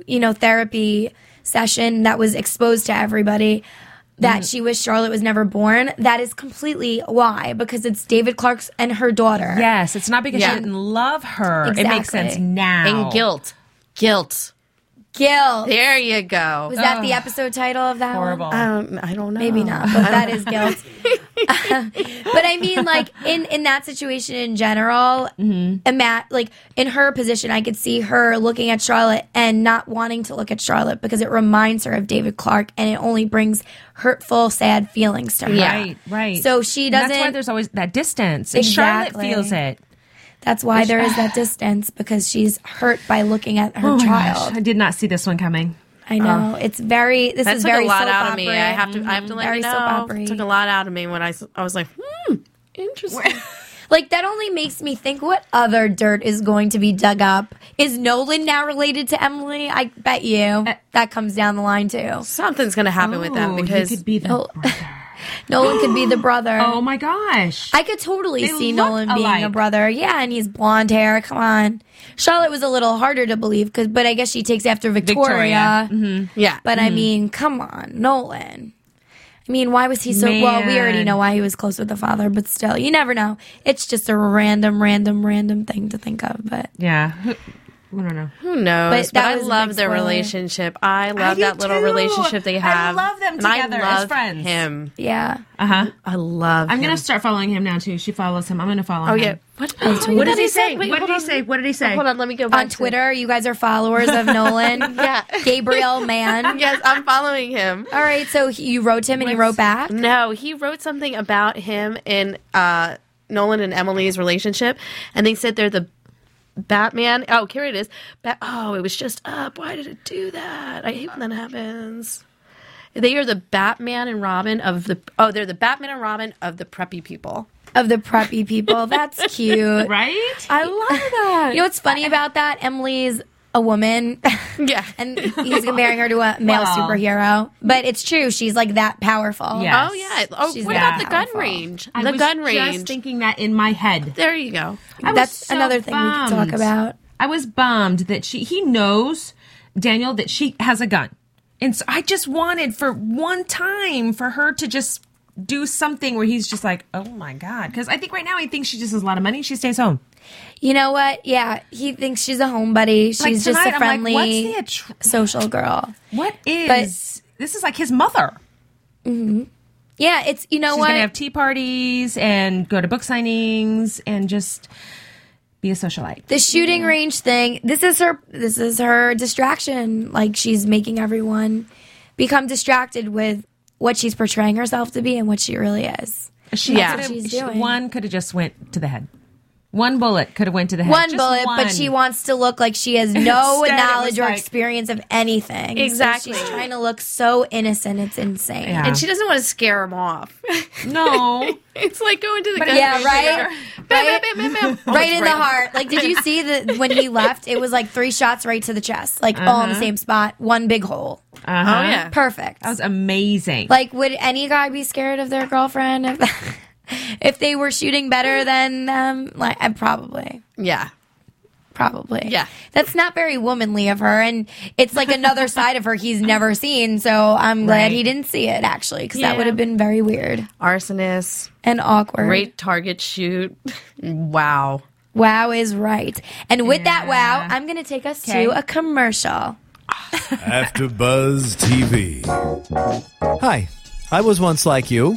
you know therapy session that was exposed to everybody
Mm-hmm.
that she wished Charlotte was never born. That is completely why because it's David Clark's and her daughter.
Yes, it's not because she
Yeah.
didn't love her. It makes
Exactly.
sense now.
And guilt, guilt.
guilt.
There you go.
Was that the episode title of that? one?
horrible.
Um, I don't know.
Maybe not, but that is guilt. *laughs* but I mean, like in in that situation in general,
Mm-hmm.
ima- like in her position, I could see her looking at Charlotte and not wanting to look at Charlotte because it reminds her of David Clark, and it only brings hurtful, sad feelings to her.
Yeah.
Right, right.
So she
And That's why
doesn't-
there's always that distance. And
Exactly.
Charlotte feels it.
That's why there is that distance because she's hurt by looking at her
Oh my
child.
gosh, I did not see this one coming.
I know it's very. This
Oh. That
is
took
very
a lot
soap
out of me. I
opera.
have to. I have to let
Very
you
soap
know.
opera-y.
It took a lot out of me when I. s- I was like, hmm, interesting.
Like that only makes me think what other dirt is going to be dug up. Is Nolan now related to Emily? I bet you
Uh,
that comes down the line too.
*laughs* Something's gonna happen with them
Oh, he
because
could be the
Oh.
brother.
Nolan could
*gasps*
be the brother.
Oh my gosh.
I could totally
They
see
look
Nolan being a
alike.
brother. Yeah, and he's blonde hair. Come on. Charlotte was a little harder to believe cuz but I guess she takes after Victoria.
Victoria. Mm-hmm.
yeah.
But I mean, come on, Nolan. I mean, why was he so well, we already
Man.
know why he was close with the father, but still, you never know. It's just a random random random thing to think of, but
yeah. Who- I don't know.
Who knows?
But
But,
that
I
was a
love
big
their
spoiler.
relationship. I
I
love
do
that little
too.
relationship they
I
have.
love them
And I
together as
love
friends.
Him.
yeah.
Uh huh.
I love.
I'm
him.
gonna start following him now too. She follows him. I'm gonna follow
Oh
him.
yeah. What,
What did he say?
saying?
What did he say? What did he say?
Hold on. Let me go back
on
to-
Twitter. You guys are followers
*laughs*
of Nolan.
Yeah.
Gabriel Mann.
Yes, I'm following him.
All right, so he, you wrote him and he wrote back.
No, he wrote something about him and uh, Nolan and Emily's relationship, and they said they're the Batman. Oh, here it is. Ba- oh, it was just up. Why did it do that? I hate when that happens. They are the Batman and Robin of the. Oh, they're the Batman and Robin of the preppy people.
Of the preppy people. That's
*laughs*
cute.
Right?
I love that.
You know what's funny about that? Emily's a
*laughs*
woman.
Yeah.
and he's comparing her to a male
Well.
superhero. But it's true. She's like that powerful.
Yeah.
oh *laughs* yeah. Oh,
She's
what
that
about the gun
powerful.
range?
I
the
was
gun
Just
range.
thinking that in my head.
there you go.
I was
That's
so
another thing we could talk
bummed.
about.
I was bummed that she. He knows Daniel that she has a gun, and so I just wanted for one time for her to just do something where he's just like, oh my god, because I think right now he thinks she just has a lot of money. She stays home.
You know what? Yeah, he thinks she's a homebody. She's
Like
just
tonight,
a
I'm like,
friendly
what's the attr-
social girl.
What is this? Is like his mother.
Yeah, it's you know
She's
what?
gonna have tea parties and go to book signings and just be a socialite.
the shooting range thing this is her this is her distraction like she's making everyone become distracted with what she's portraying herself to be and what she really is
She
Yeah.
could've-
She's
she-
doing.
one could have just went to the head. One bullet could have went to the head.
one
Just
bullet,
one.
but she wants to look like she
*laughs*
has no
Instead, it
knowledge
was
or
like-
experience of anything. So
Exactly.
she's trying to look so innocent. It's insane.
Yeah.
And she doesn't want to scare him off. *laughs*
*laughs*
No.
it's like going to the gun
Yeah,
*laughs*
range.
right?
Bam, bam, bam, bam, bam. Oh,
Right
it's
in the heart. Like, did you see
*laughs*
that when he left? It was like three shots right to the chest, like all in the same spot, one big hole.
Oh yeah.
Perfect.
Uh-huh. That was amazing.
Like, would any guy be scared of their girlfriend if, *laughs* if they were shooting better than them? Like, I probably.
Yeah.
Probably.
Yeah.
That's not very womanly of her. And it's like
*laughs*
another side of her he's never seen. So I'm glad
Right.
he didn't see it, actually, because
Yeah.
that would have been very weird
Arsonist.
and awkward.
Great target shoot. Wow.
Wow is right. And with that wow, I'm going to take us
Okay.
to a commercial.
After Buzz TV.
Hi, I was once like you,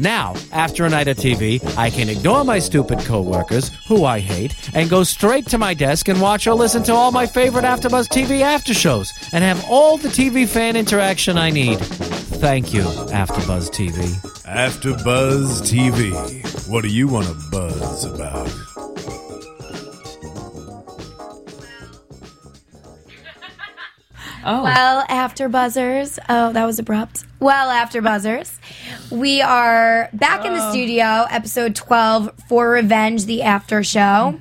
Now, after a night of TV, I can ignore my stupid coworkers, who I hate, and go straight to my desk and watch or listen to all my favorite AfterBuzz TV after shows and have all the TV fan interaction I need. Thank you, AfterBuzz TV.
After Buzz TV. What do you want to buzz about?
oh.
Well, after buzzers. Oh, that was abrupt. Well, after buzzers. We are back in the studio, episode 12 for Revenge, the after show.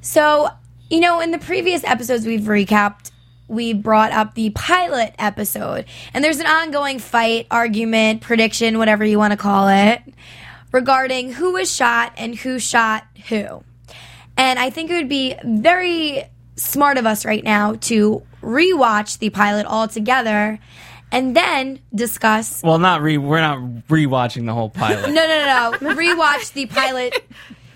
So, you know, in the previous episodes we've recapped, we brought up the pilot episode, and there's an ongoing fight, argument, prediction, whatever you want to call it, regarding who was shot and who shot who. And I think it would be very smart of us right now to rewatch the pilot all together and then discuss.
Well, not re. We're not rewatching the whole pilot.
No, no,
*laughs*
no, no. rewatch the pilot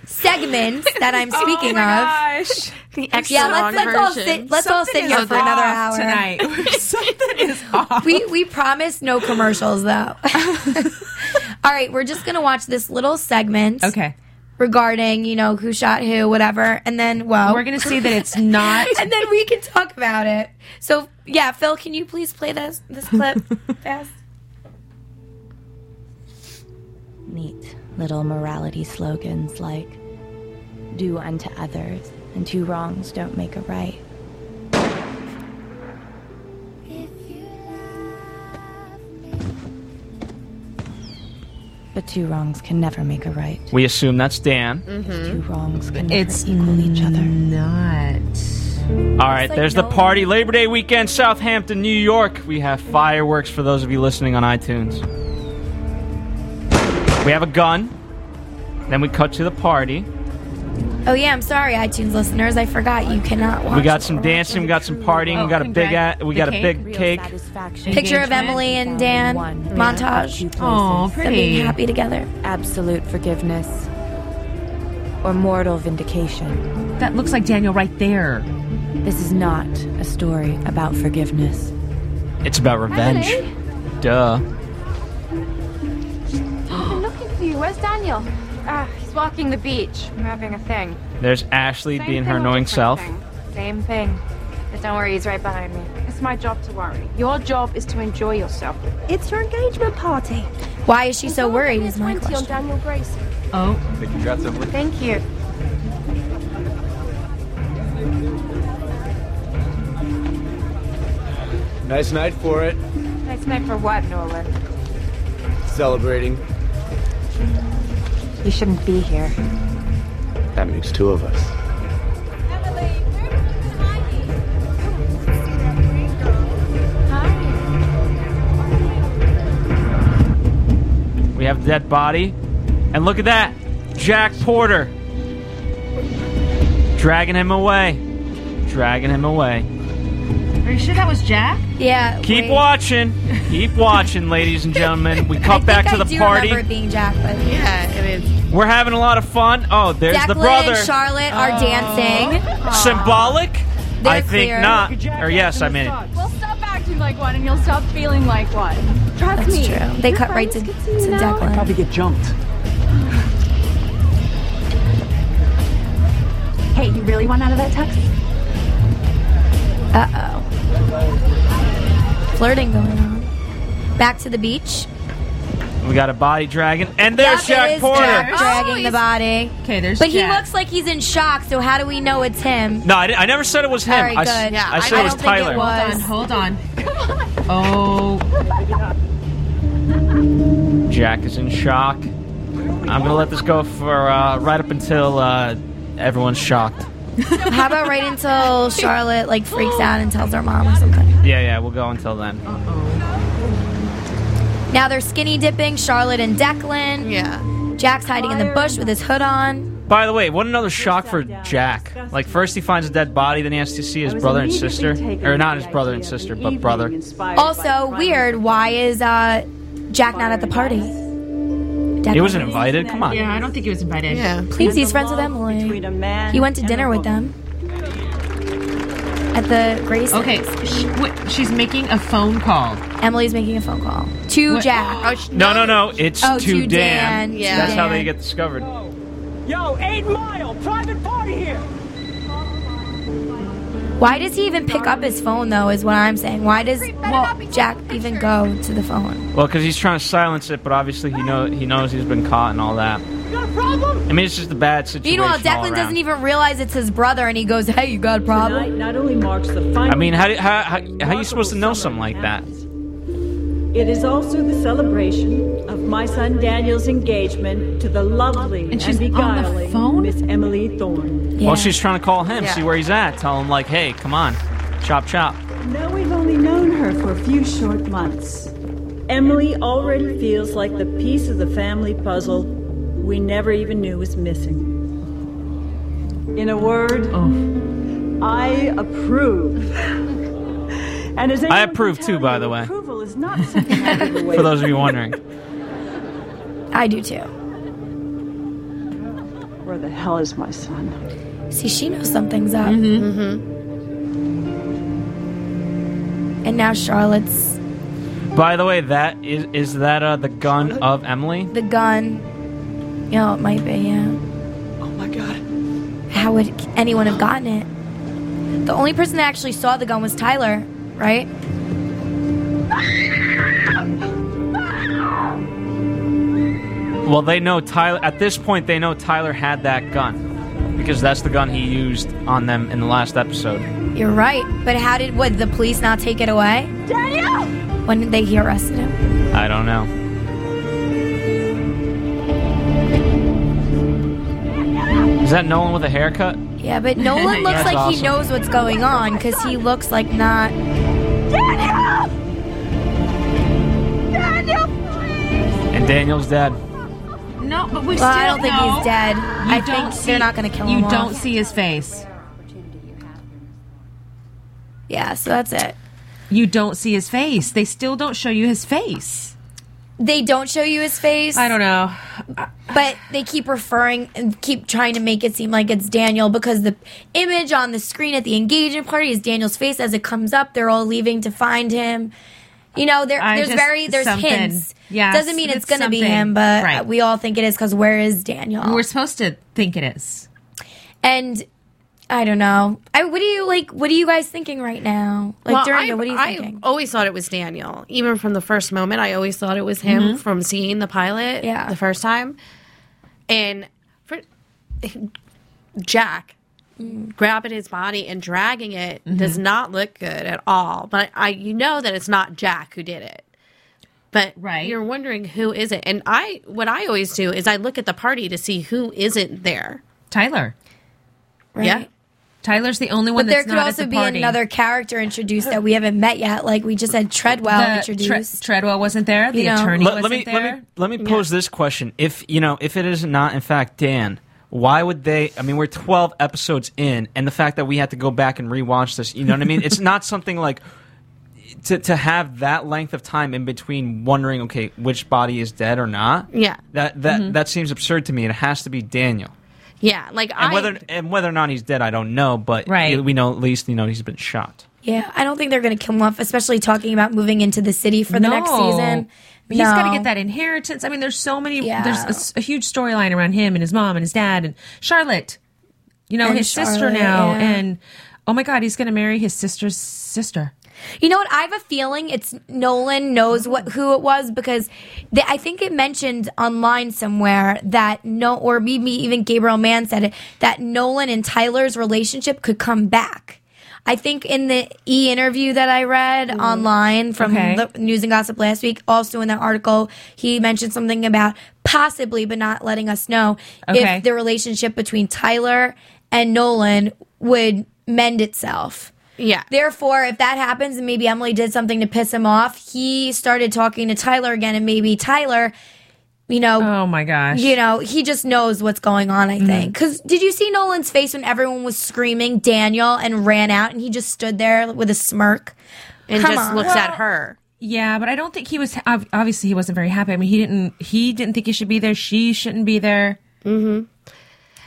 segments that I'm speaking
oh my
of.
gosh.
The extra
*laughs* Yeah, let's, let's all sit. *laughs* Let's all sit
Something
here
is
for another hour *laughs*
off tonight. *laughs* Something is off.
We we promise no commercials
*laughs*
though. *laughs* all right, we're just gonna watch this little segment
okay.
regarding you know who shot who, whatever, and then well,
We're going to see that
*laughs*
it's not
and then we can talk about it. So yeah, Phil, can you please play this this
*laughs*
clip fast?
neat little morality slogans like do unto others and two wrongs don't make a right. But two wrongs can never make a right.
We assume that's Dan.
Two wrongs can never
It's
equal each other.
not.
All right,
like
there's
no-
the party. Labor Day weekend, Southampton, New York. We have fireworks for those of you listening on iTunes. We have a gun. Then we cut to the party.
Oh yeah, I'm sorry, iTunes listeners, I forgot you cannot watch.
We got
it.
some dancing. We got some partying.
Oh,
we got a big.
congrats.
A- we
The
got a
cake?
big
Real
cake.
satisfaction.
picture of
engagement.
Emily and Dan
One. Two
montage.
places.
Oh,
Them being
pretty.
happy together.
Absolute forgiveness or mortal vindication.
That looks like Daniel right there.
This is not a story about forgiveness.
It's about revenge. Duh.
I'm looking for you. Where's Daniel? Ah, he's walking the beach. We're having a thing.
There's Ashley
Same
being
thing
her
or
annoying
different
self.
thing? Same thing. But don't worry, he's right behind me. It's my job to worry. Your job is to enjoy yourself. It's your engagement party.
Why is she so worried? Is my
20 on
question.
Daniel Grace.
Oh,
Thank you.
Nice night for it.
Nice night for what, Nolan?
Celebrating.
You shouldn't be here.
That makes two of us.
We have dead body, and look at that, Jack Porter. Dragging him away. Dragging him away.
Are you sure that was Jack?
Yeah.
Keep watching. Keep watching, ladies and
*laughs*
gentlemen. We cut back to the party.
remember it being Jack, but
yeah, it is.
We're having a lot of fun. Oh, there's
Declan
the brother.
and Charlotte are dancing.
Symbolic?
They're
I think
clear.
not. Or yes, I mean it.
Well, stop acting like one, and you'll stop feeling like one. Trust
That's
me.
true. They cut right to, to Declan.
Probably get jumped.
Hey, you really want out of that tux?
Uh oh. Flirting going on. Back to the beach.
We got a body dragon. And
That
there's Jack
is
Porter.
Jack
Oh,
dragging the body.
Okay, there's
But he
Jack.
looks like he's in shock. So how do we know it's him?
No, I, di- I never said it was him.
All right,
I, s-
good. Yeah,
I said
I
it was
don't think it
Tyler.
was. *laughs*
Hold on. Hold on. Oh.
Jack is in shock. I'm gonna let this go for uh, right up until uh, everyone's shocked.
How about right until Charlotte like freaks out and tells her mom or something?
Yeah, yeah, we'll go until then.
Now they're skinny dipping. Charlotte and Declan.
Yeah.
Jack's hiding in the bush with his hood on.
By the way, what another shock for Jack. Like, first he finds a dead body, then he has to see his
was
brother and
immediately
sister.
taken
Or
with
not
the
his brother and sister, but brother.
Also weird. Why is uh, Jack not at the party?
He wasn't invited? Come on.
Yeah, I don't think he was invited.
Yeah.
Please, he's friends with Emily. He went to dinner with them at the Grace.
Okay, sh- wait, she's making a phone call.
Emily's making a phone call to
What? Oh,
Jack.
No, no, no. It's
Oh,
to,
to
Dan.
Dan. Yeah.
That's how
Dan.
they get discovered.
Yo, eight mile private party here.
Why does he even pick up his phone though? Is what I'm saying. Why does Jack even go to the phone?
Well, because he's trying to silence it, but obviously he know he knows he's been caught and all that. I mean, it's just a bad situation.
Meanwhile,
all
Declan
around.
doesn't even realize it's his brother, and he goes, "Hey, you got a problem?"
Not only marks the final.
I mean, how, do- how, how, how are you supposed to know something like that?
It is also the celebration of my son Daniel's engagement to the lovely and,
she's on the
beguiling Miss Emily Thorne.
Well, she's trying to call him,
Yeah.
see where he's at, tell him like, hey, come on, chop chop.
Though we've only known her for a few short months, Emily already feels like the piece of the family puzzle we never even knew was missing. In a word,
Oh.
I approve. and as
I approve too, by the way,
approval is not something I give
*laughs*
away
for those of you wondering.
I do too.
Where the hell is my son?
See, she knows something's up. Mm-hmm. And now Charlotte's
By the way, that is is that uh, the gun of Emily?
the gun. You know, it might be. Yeah.
Oh my god.
How would anyone have gotten it? The only person that actually saw the gun was Tyler, right?
Well, they know Tyler. At this point, they know Tyler had that gun because that's the gun he used on them in the last episode.
You're right. But how did would the police not take it away? Daniel! When did they he arrested him?
I don't know. Is that Nolan with a haircut?
Yeah, but
*laughs*
Nolan looks
That's
like he
awesome.
knows what's going on because he looks like not. Daniel! Daniel!
And Daniel's dead.
No, but we
Well, I
still
don't think
know-
he's dead. I
don't
think they're not gonna kill him
You don't
off.
see his face.
Yeah, so that's it.
You don't see his face. They still don't show you his face.
They don't show you his face. I don't
know.
But they keep referring and keep trying to make it seem like it's Daniel because the image on the screen at the engagement party is Daniel's face as it comes up. They're all leaving to find him. You know, there,
I
there's
just-
very there's
something.
hints.
Yes,
doesn't mean it's,
it's
going to be
something.
him, but
Right.
we all think it is because where is Daniel?
We're supposed to think it is.
and I don't know. I what do you like? What are you guys thinking right now? Like
Well,
during
I-
the what are you
I
thinking?
oh,
always thought it was Daniel. Even from the first moment, I always thought it was him
Mhm.
from seeing the pilot
Yeah.
the first time. And for Jack
Mm.
grabbing his body and dragging it
Mm-hmm.
does
Mhm.
not look good at all. But I, you know that it's not Jack who did it. But right. you're wondering who is it. And I what I always do is I look at the party to see who isn't there.
Tyler.
Right.
Yeah.
Tyler's the only
But
one
there
that's
could
not at
also
the
be
party.
another character introduced that we haven't met yet. Like we just had Treadwell
The
introduced.
Tre- Treadwell wasn't there. The
You know.
attorney
Let,
wasn't
let me
there.
let me let me pose this question: If you know, if it is not in fact Dan, Why would they? I mean, we're 12 episodes in, and the fact that we had to go back and rewatch this, you know what I mean? It's not something like to, to have that length of time in between wondering, okay, which body is dead or not.
Yeah.
That that
Mhm.
that seems absurd to me. It has to be Daniel,
Yeah, like
and
I
whether and whether or not he's dead, I don't know. But
Right.
we know at least you know he's been shot.
Yeah, I don't think they're going to kill him off, especially talking about moving into the city for the next
No.
season.
But he's got to
No.
get that inheritance. I mean, there's so many.
Yeah.
There's a s- a, huge storyline around him and his mom and his dad and Charlotte. You know,
And
his sister
Charlotte,
now,
yeah.
and oh my God, he's going to marry his sister's sister.
You know what? I have a feeling it's Nolan knows what who it was because they, I think it mentioned online somewhere that no, or maybe even Gabriel Mann said it that Nolan and Tyler's relationship could come back. I think in the e interview that I read online from
Mm. Okay.
the news and gossip last week, also in that article, he mentioned something about possibly, but not letting us know
Okay.
if the relationship between Tyler and Nolan would mend itself.
Yeah.
Therefore, if that happens and maybe Emily did something to piss him off, he started talking to Tyler again and maybe Tyler, you know,
Oh my gosh.
you know, he just knows what's going on, I think. Cuz did you see Nolan's face when everyone was screaming Daniel and ran out and he just stood there with a smirk
and
Come
just
on.
looks at her.
Yeah, but I don't think he was. ob- Obviously, he wasn't very happy. I mean, he didn't. He didn't think he should be there. She shouldn't be there.
Mm-hmm.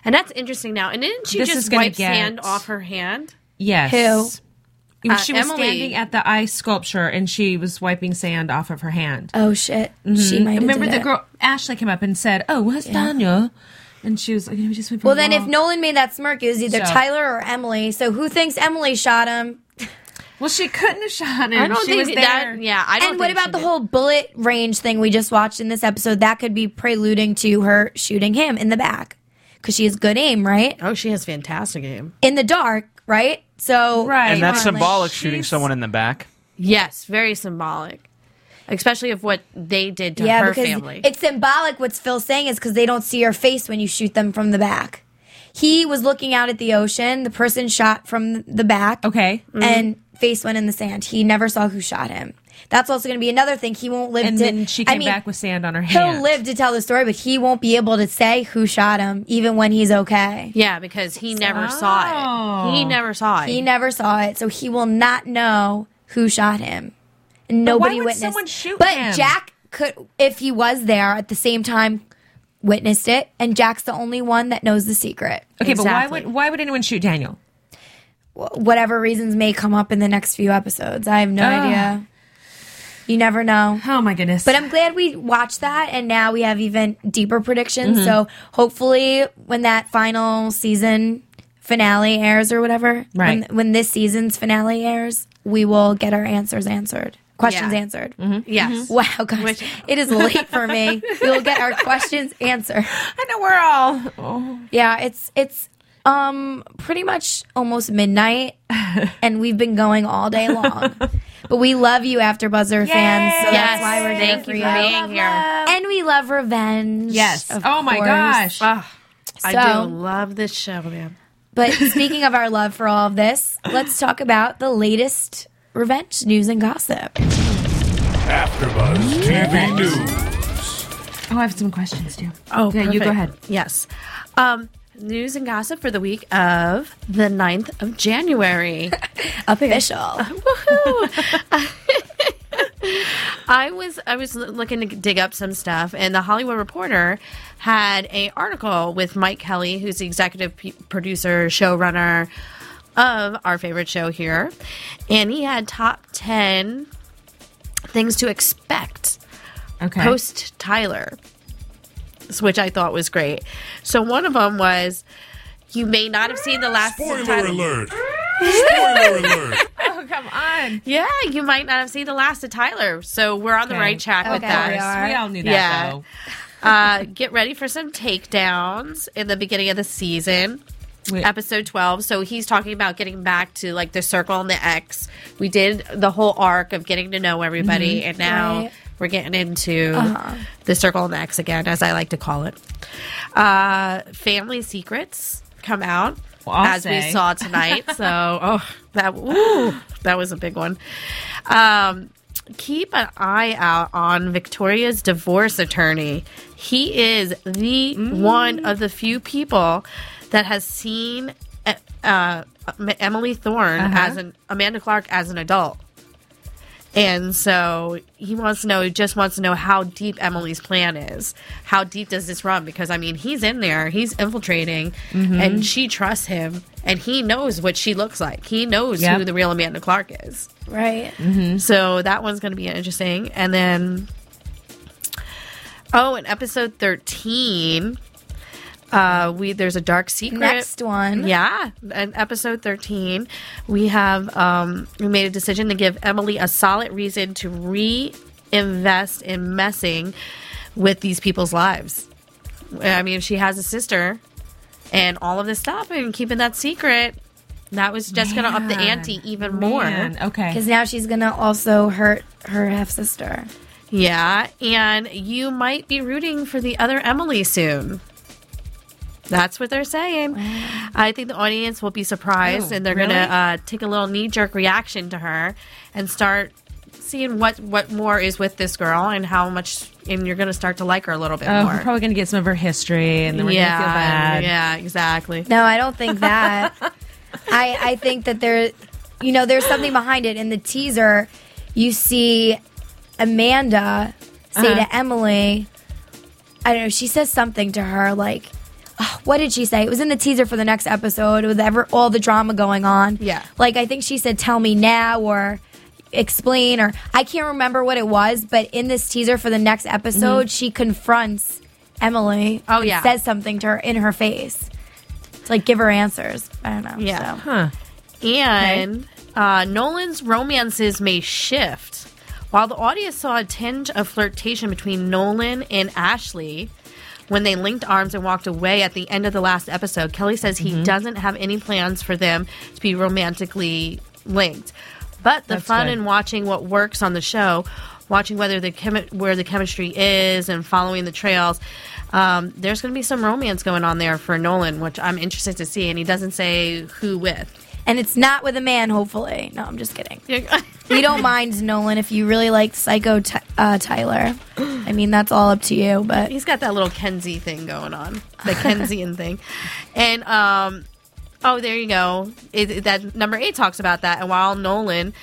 And that's interesting now. And didn't she
This is
just
gonna
wipe
get-
sand off her hand?
Yes. Who?
Uh,
she was
Emily.
standing at the ice sculpture and she was wiping sand off of her hand.
Oh shit. She
Mhm.
might have
Remember
did
the
it.
girl Ashley came up and said, "Oh, where's Daniel?" And she was like, "We just went
Well, then if Nolan made that smirk, it was either
So-
Tyler or Emily. So who thinks Emily shot him?
Well, she couldn't have shot
him. I don't She think was that- there. yeah, I don't
And what
think she
about the whole bullet range thing we just watched in this episode? That could be preluding to her shooting him in the back because she has good aim, right?
Oh, she has fantastic aim
in the dark, right? So right,
and that's symbolic shooting someone in the back.
Yes, very symbolic. Especially of what they did to
yeah,
her
because
family.
it's symbolic. What Phil's saying is because they don't see your face when you shoot them from the back. He was looking out at the ocean. The person shot from the back.
Okay,
and face went in the sand. He never saw who shot him. That's also going to be another thing. He won't live.
and
to,
then she
I
came
mean,
back with sand on her
He'll
hand.
live to tell the story, but he won't be able to say who shot him, even when he's okay.
yeah, because he never saw it. He never saw it.
He never saw it, so he will not know who shot him. And
But why
nobody
would
witnessed.
someone shoot
but
him?
Jack could, if he was there at the same time, witnessed it, and Jack's the only one that knows the secret.
okay, but why would why would anyone shoot Daniel?
would whatever reasons may come up in the next few episodes? I have no
Ugh.
idea. You never know.
Oh my goodness!
But I'm glad we watched that, and now we have even deeper predictions.
Mhm.
So hopefully, when that final season finale airs or whatever,
Right.
When, when this season's finale airs, we will get our answers answered, questions
Yeah. Mm-hmm.
answered.
Yes.
Wow, gosh, it is late for me. we will get our *laughs* questions answered.
I know we're all. Oh.
Yeah, it's it's um pretty much almost
*laughs*
midnight, and we've been going all day long. but we love you, After Buzzer fans. So
Yes,
that's why we're
thank
here
you
for
for
you.
being Love, here. love.
and we love revenge.
Yes.
of
Oh my
course.
gosh. Ugh, I
So-
do love this show, man. *laughs*
But speaking of our love for all of this, let's talk about the latest revenge news and gossip.
AfterBuzz TV News.
Oh, I have some questions too.
Oh,
yeah, you go ahead.
perfect. Yes. Um, news and gossip for the week of the 9th of January.
Official.
*laughs* I was I was l- looking to dig up some stuff, and the Hollywood Reporter had a article with Mike Kelly, who's the executive p- producer, showrunner of our favorite show here, and he had top ten things to expect
Okay.
post Tyler, s- which I thought was great. So one of them was you may not have seen the last
Spoiler
Tyler-
alert. Spoiler alert.
Oh, come on.
Yeah, you might not have seen the last of Tyler, so we're on the
Okay.
right track with
Okay.
that.
Of course. We all knew that, though.
*laughs* uh, get ready for some takedowns in the beginning of the season.
Wait.
Episode 12. So he's talking about getting back to like the circle and the X. We did the whole arc of getting to know everybody,
Mhm.
and now
Right.
we're getting into
Uh-huh.
the circle and the X again, as I like to call it. Uh, family secrets come out
Well, I'll
as we
say. *laughs*
saw tonight. So, oh, that ooh, that was a big one. Um, keep an eye out on Victoria's divorce attorney. He is the
Mm.
one of the few people that has seen uh, uh, Emily Thorne
Uh-huh.
as an Amanda Clark as an adult. And so he wants to know, he just wants to know how deep Emily's plan is. How deep does this run? Because, I mean, he's in there, he's infiltrating,
Mhm.
and she trusts him, and he knows what she looks like. He knows
Yep.
who the real Amanda Clark is.
Right.
So that one's going to be interesting. And then, oh, in episode 13. Uh, we there's a dark secret.
Next one.
yeah. In episode thirteen, we have um, we made a decision to give Emily a solid reason to reinvest in messing with these people's lives. I mean, she has a sister, and all of this stuff, and keeping that secret, that was just going to up the
Man.
ante even
Man,
more.
okay.
Because now she's gonna also hurt her half sister.
Yeah, and you might be rooting for the other Emily soon. That's what they're saying. I think the audience will be surprised,
Oh,
and they're
really?
gonna uh, take a little knee jerk reaction to her and start seeing what what more is with this girl and how much, and you're gonna start to like her a little bit
Oh,
more.
we're probably gonna get some of her history, and then we're
yeah,
gonna feel bad.
yeah, exactly.
No, I don't think that. I I think that there, you know, there's something behind it. In the teaser, you see Amanda say
Uh-huh.
to Emily, I don't know, she says something to her like. oh, What did she say? It was in the teaser for the next episode with ever all the drama going on.
Yeah.
Like I think she said tell me now or explain or I can't remember what it was, but in this teaser for the next episode, she confronts Emily.
Mm-hmm. Oh,
and
yeah.
Says something to her in her face to like give her answers. I don't know.
Yeah.
so.
Huh.
And uh, Nolan's romances may shift. While the audience saw a tinge of flirtation between Nolan and Ashley when they linked arms and walked away at the end of the last episode, Kelly says
Mm-hmm.
he doesn't have any plans for them to be romantically linked. But the
That's
fun
good.
in watching what works on the show, watching whether the chemi- where the chemistry is and following the trails, um, there's going to be some romance going on there for Nolan, which I'm interested to see. And he doesn't say who with.
And it's not with a man, hopefully. No, I'm just kidding. we don't mind Nolan if you really like Psycho Ty uh, Tyler. I mean, that's all up to you, but
*laughs* He's got that little Kenzie thing going on, the Kenzian thing, and um, oh, there you go. It, it- that number eight talks about that. And while Nolan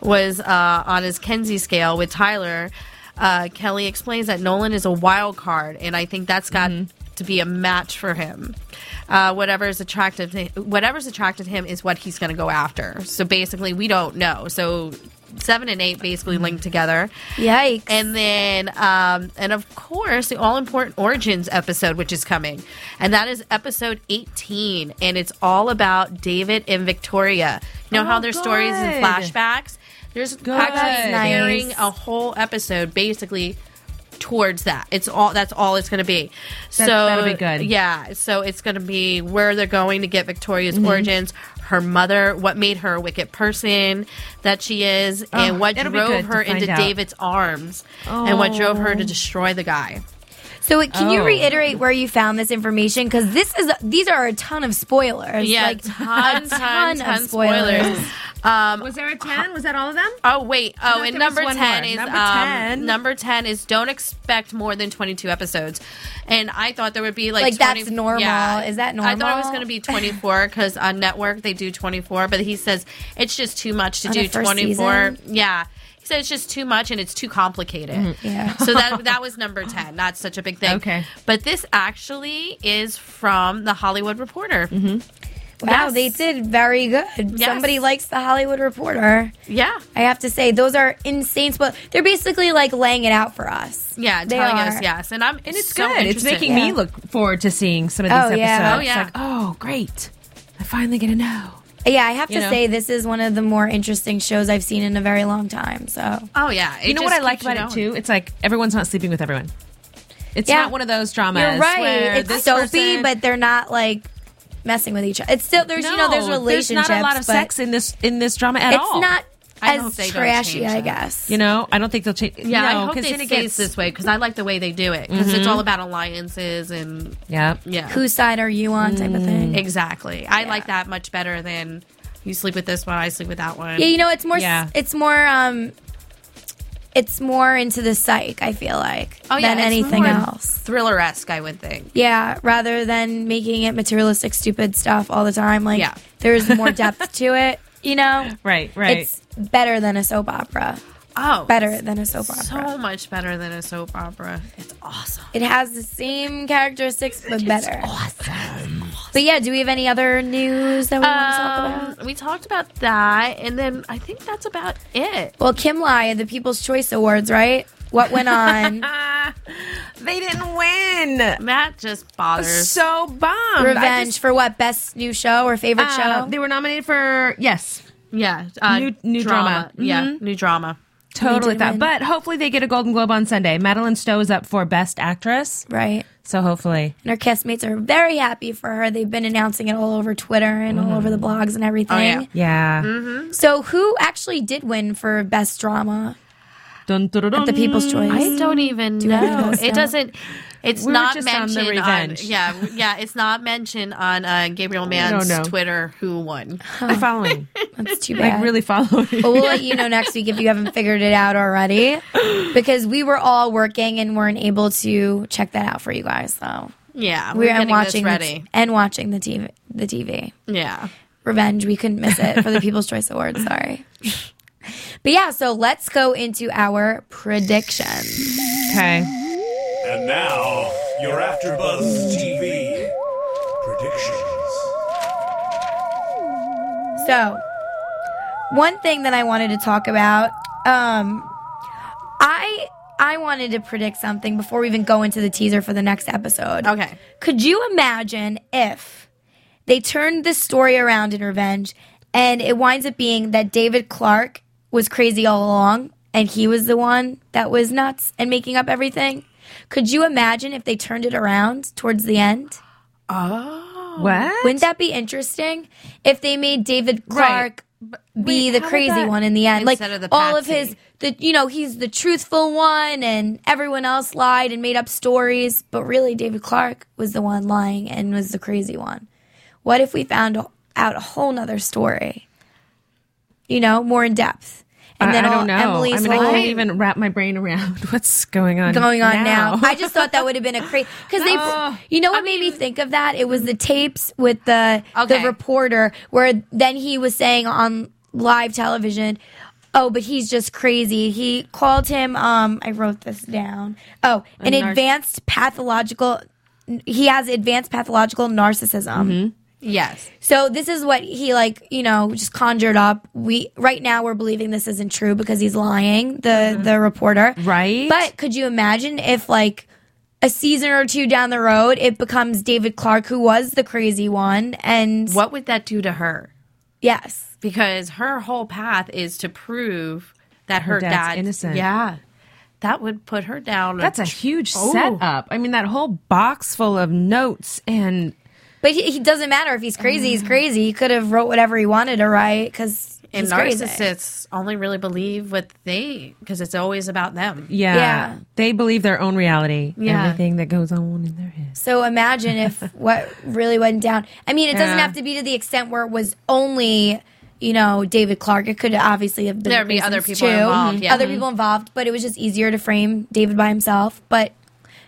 was uh, on his Kenzie scale with Tyler, uh, Kelly explains that Nolan is a wild card, and I think that's got to be a match for him. Uh, whatever's attractive, whatever's attracted him is what he's going to go after. So basically, we don't know. So seven and eight basically linked together.
yikes.
And then, um, and of course, the all important origins episode, which is coming. And that is episode 18. And it's all about David and Victoria. You know how
Oh,
their stories and
good.
flashbacks? There's
That's
actually
nice.
hearing a whole episode basically towards that. It's all that's all it's going to be. so
that'll be good.
Yeah, so it's going to be where they're going to get Victoria's
Mhm.
origins, her mother, what made her a wicked person that she is,
Oh,
and what
it'll be
drove
good
her
to find
into
out.
David's arms and what drove her to
Oh.
destroy the guy.
So wait, can you
Oh.
reiterate where you found this information? Because this is these are a ton of spoilers.
Yeah,
like
ton,
a
ton, ton spoilers. Um,
Was there a ten? Was that all of them?
oh wait, oh,
thought
and
there was
number
one
ten
more.
is
Number
um,
10.
number ten is don't expect more than twenty two episodes, and I thought there would be like
Like,
20
that's normal.
Yeah,
Is that
I thought it was
normal?
going to be twenty four because on network they do twenty four, but he says it's just too much to
On
do
the first
twenty four.
season?
Yeah, he said it's just too much and it's too complicated.
Yeah.
so that that was number 10 not such a big thing
Okay.
but this actually is from the hollywood reporter
Mm-hmm.
Wow,
Yes.
they did very good.
Yes.
Somebody likes the Hollywood Reporter.
yeah
I have to say, those are insane. But they're basically like laying it out for us.
yeah
They
telling
are.
us yes and i'm and
It's good. It's making me look forward to seeing some of
Oh,
these
yeah.
episodes.
Oh, yeah.
It's like, oh, great. I finally get to know.
Yeah, I have to
You know?
say, this is one of the more interesting shows I've seen in a very long time. So
oh yeah
you know what I like about it too? It's like everyone's not sleeping with everyone. It's
Yeah.
not one of those dramas.
you're right.
where
It's
this
soapy,
person-
but they're not like messing with each other. It's still there's you know there's
No,
relationships.
not a lot of
but
sex in this in this drama at
it's
all.
not
I
as
hope they don't
trashy,
change
I
that.
guess.
You know, I don't think they'll change.
yeah,
no,
I hope
'cause
they
then it
stays
gets- Mm-hmm.
this way because I like the way they do it because it's all about alliances and
Yeah.
yeah,
Whose side are you on, type of thing.
Mm.
exactly. I like that much better than you sleep with this one, I sleep with that one.
Yeah, you know, it's more
Yeah.
it's more um it's more into the psych. I feel like
Oh yeah,
than
it's
anything
more
else.
Thriller esque, I would think.
Yeah, rather than making it materialistic, stupid stuff all the time. Like
Yeah.
there's
*laughs*
more depth to it. You know,
Right, right.
It's better than a soap opera.
Oh,
better than a soap opera.
So much better than a soap opera. It's awesome.
It has the same characteristics, but better. But yeah, do we have any other news that we want to talk about?
Um, we talked about that, and then I think that's about it.
Well, Kim Lai at the People's Choice Awards, right? What went
*laughs*
on?
they didn't win.
That just bothers.
So bummed. I
Revenge
just-
for what? Best new show or favorite
Uh,
Um,
show?
They were nominated for yes,
yeah, uh,
new new drama.
Yeah,
Mhm.
new drama.
Totally
They
thought,
didn't win.
but hopefully they get a Golden Globe on Sunday. Madeline Stowe is up for Best Actress,
right?
So hopefully,
And her castmates are very happy for her. They've been announcing it all over Twitter and all over the
Mm-hmm.
blogs and everything.
Oh,
yeah.
Mm-hmm. So, who actually did win for best drama?
Dun, dun, dun,
At the People's Choice.
Um, I don't even
Do you
know.
guys know?
It doesn't. It's
We were
not
just on the
mentioned on,
revenge.
yeah, w- yeah. It's not mentioned on uh, Gabriel
don't
Mann's
know.
Twitter who won.
I'm
*laughs*
following,
That's too bad.
like really following.
But we'll let you know next week if you haven't figured it out already, because we were all working and weren't able to check that out for you guys. So
Yeah,
we
we're,
were
getting
watching
this
the-
ready.
and watching the TV, the TV.
yeah.
Revenge. We couldn't miss it for the People's Choice Awards.
*laughs*
Sorry. But yeah, so let's go into our predictions.
*laughs* Okay,
And now, your AfterBuzz TV predictions.
So, one thing that I wanted to talk about, um, I I wanted to predict something before we even go into the teaser for the next episode.
Okay.
Could you imagine if they turned this story around in Revenge and it winds up being that David Clark was crazy all along and he was the one that was nuts and making up everything? Could you imagine if they turned it around towards the end?
what?
Wouldn't that be interesting if they made David Clark be
wait,
the
how would
crazy
that-
one in the end?
Instead
like
of the
all of
patsy.
his, the you know, he's the truthful one, and everyone else lied and made up stories, but really David Clark was the one lying and was the crazy one. What if we found out a whole nother story? You know, more in depth, and
I,
then
I
all
don't know.
Emily's
I mean, I
whole-
can't even wrap my brain around *laughs* what's going on
going on now. I just thought that would have been a crazy because they,
Oh.
you know, what made me think of that? It was the tapes with the
Okay.
the reporter where then he was saying on live television. Oh, but he's just crazy. He called him. Um, I wrote this down. Oh, an
narc-
advanced pathological. He has advanced pathological narcissism.
Yes.
So this is what he like, you know, just conjured up. We right now we're believing this isn't true because he's lying, the the reporter.
Right.
But could you imagine if like a season or two down the road it becomes David Clark who was the crazy one and
What would that do to her?
yes.
Because her whole path is to prove that her,
dad's
dad
innocent.
Yeah. That would put her
*laughs*
down.
That's a huge
Oh.
setup. I mean, that whole box full of notes and
But he, he doesn't matter if he's crazy, he's crazy. He could have wrote whatever he wanted to write cuz
and
he's
narcissists
crazy.
only really believe what they because it's always about them.
yeah,
Yeah.
they believe their own reality.
Yeah.
Everything that goes on in their heads.
So imagine
*laughs*
if what really went down. I mean, it doesn't
Yeah.
have to be to the extent where it was only, you know, David Clark. It could obviously have been
There'd be
reasons
other people
too.
involved, yeah.
Other
Mm-hmm.
Mhm.
people involved, but it was just easier to frame David by himself. But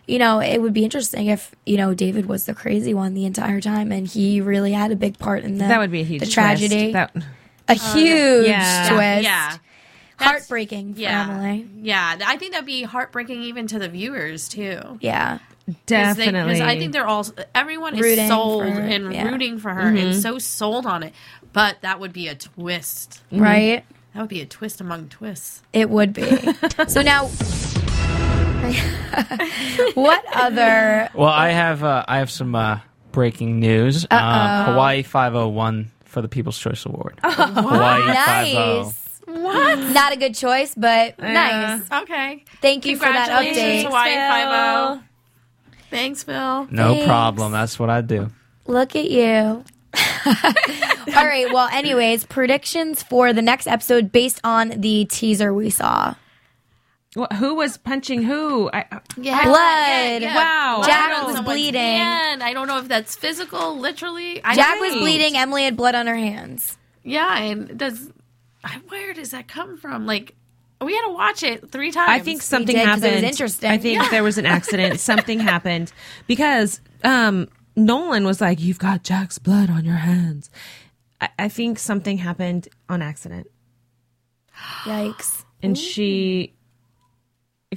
you know, it would be interesting if you know David was the crazy one the entire time, and he really had a big part in the
That would be a huge
the
twist.
tragedy,
That- Oh,
a huge
Yeah.
twist,
Yeah.
heartbreaking for
Yeah.
Emily.
Yeah. I think that'd be heartbreaking even to the viewers too.
Yeah,
Because they-
definitely.
Because I think they're all everyone
Rooting
is sold
for her,
and
yeah. Mm-hmm.
rooting for her and so sold on it. But that would be a twist.
Mm-hmm.
right.
That would be a twist among twists.
It would
*laughs*
be. so now, *laughs* what other?
Well, I have uh, I have some uh, breaking news. Uh, Hawaii 501 for the People's
*laughs*
Choice Award. Hawaii oh.
Oh, Nice.
50.
What? Not a good choice, but nice.
Uh-huh. Okay.
Thank you for that update.
Congratulations, Hawaii Five O. Thanks, Bill.
No
Thanks.
problem. That's what I do.
Look at you. *laughs* All right. Well, anyways, predictions for the next episode based on the teaser we saw.
Wh- who was punching who? I,
Yeah.
Blood.
Wow.
Jack
Blood on
was
someone's
bleeding.
hand. I don't know if that's physical, literally. I
Jack
don't
was
know.
bleeding. Emily had blood on her hands.
Yeah, and does I- where does that come from? Like We had to watch it three times.
I think something happened. I think there was an accident. something happened because um, Nolan was like, "You've got Jack's blood on your hands." I, I think something happened on accident.
Yikes!
And she,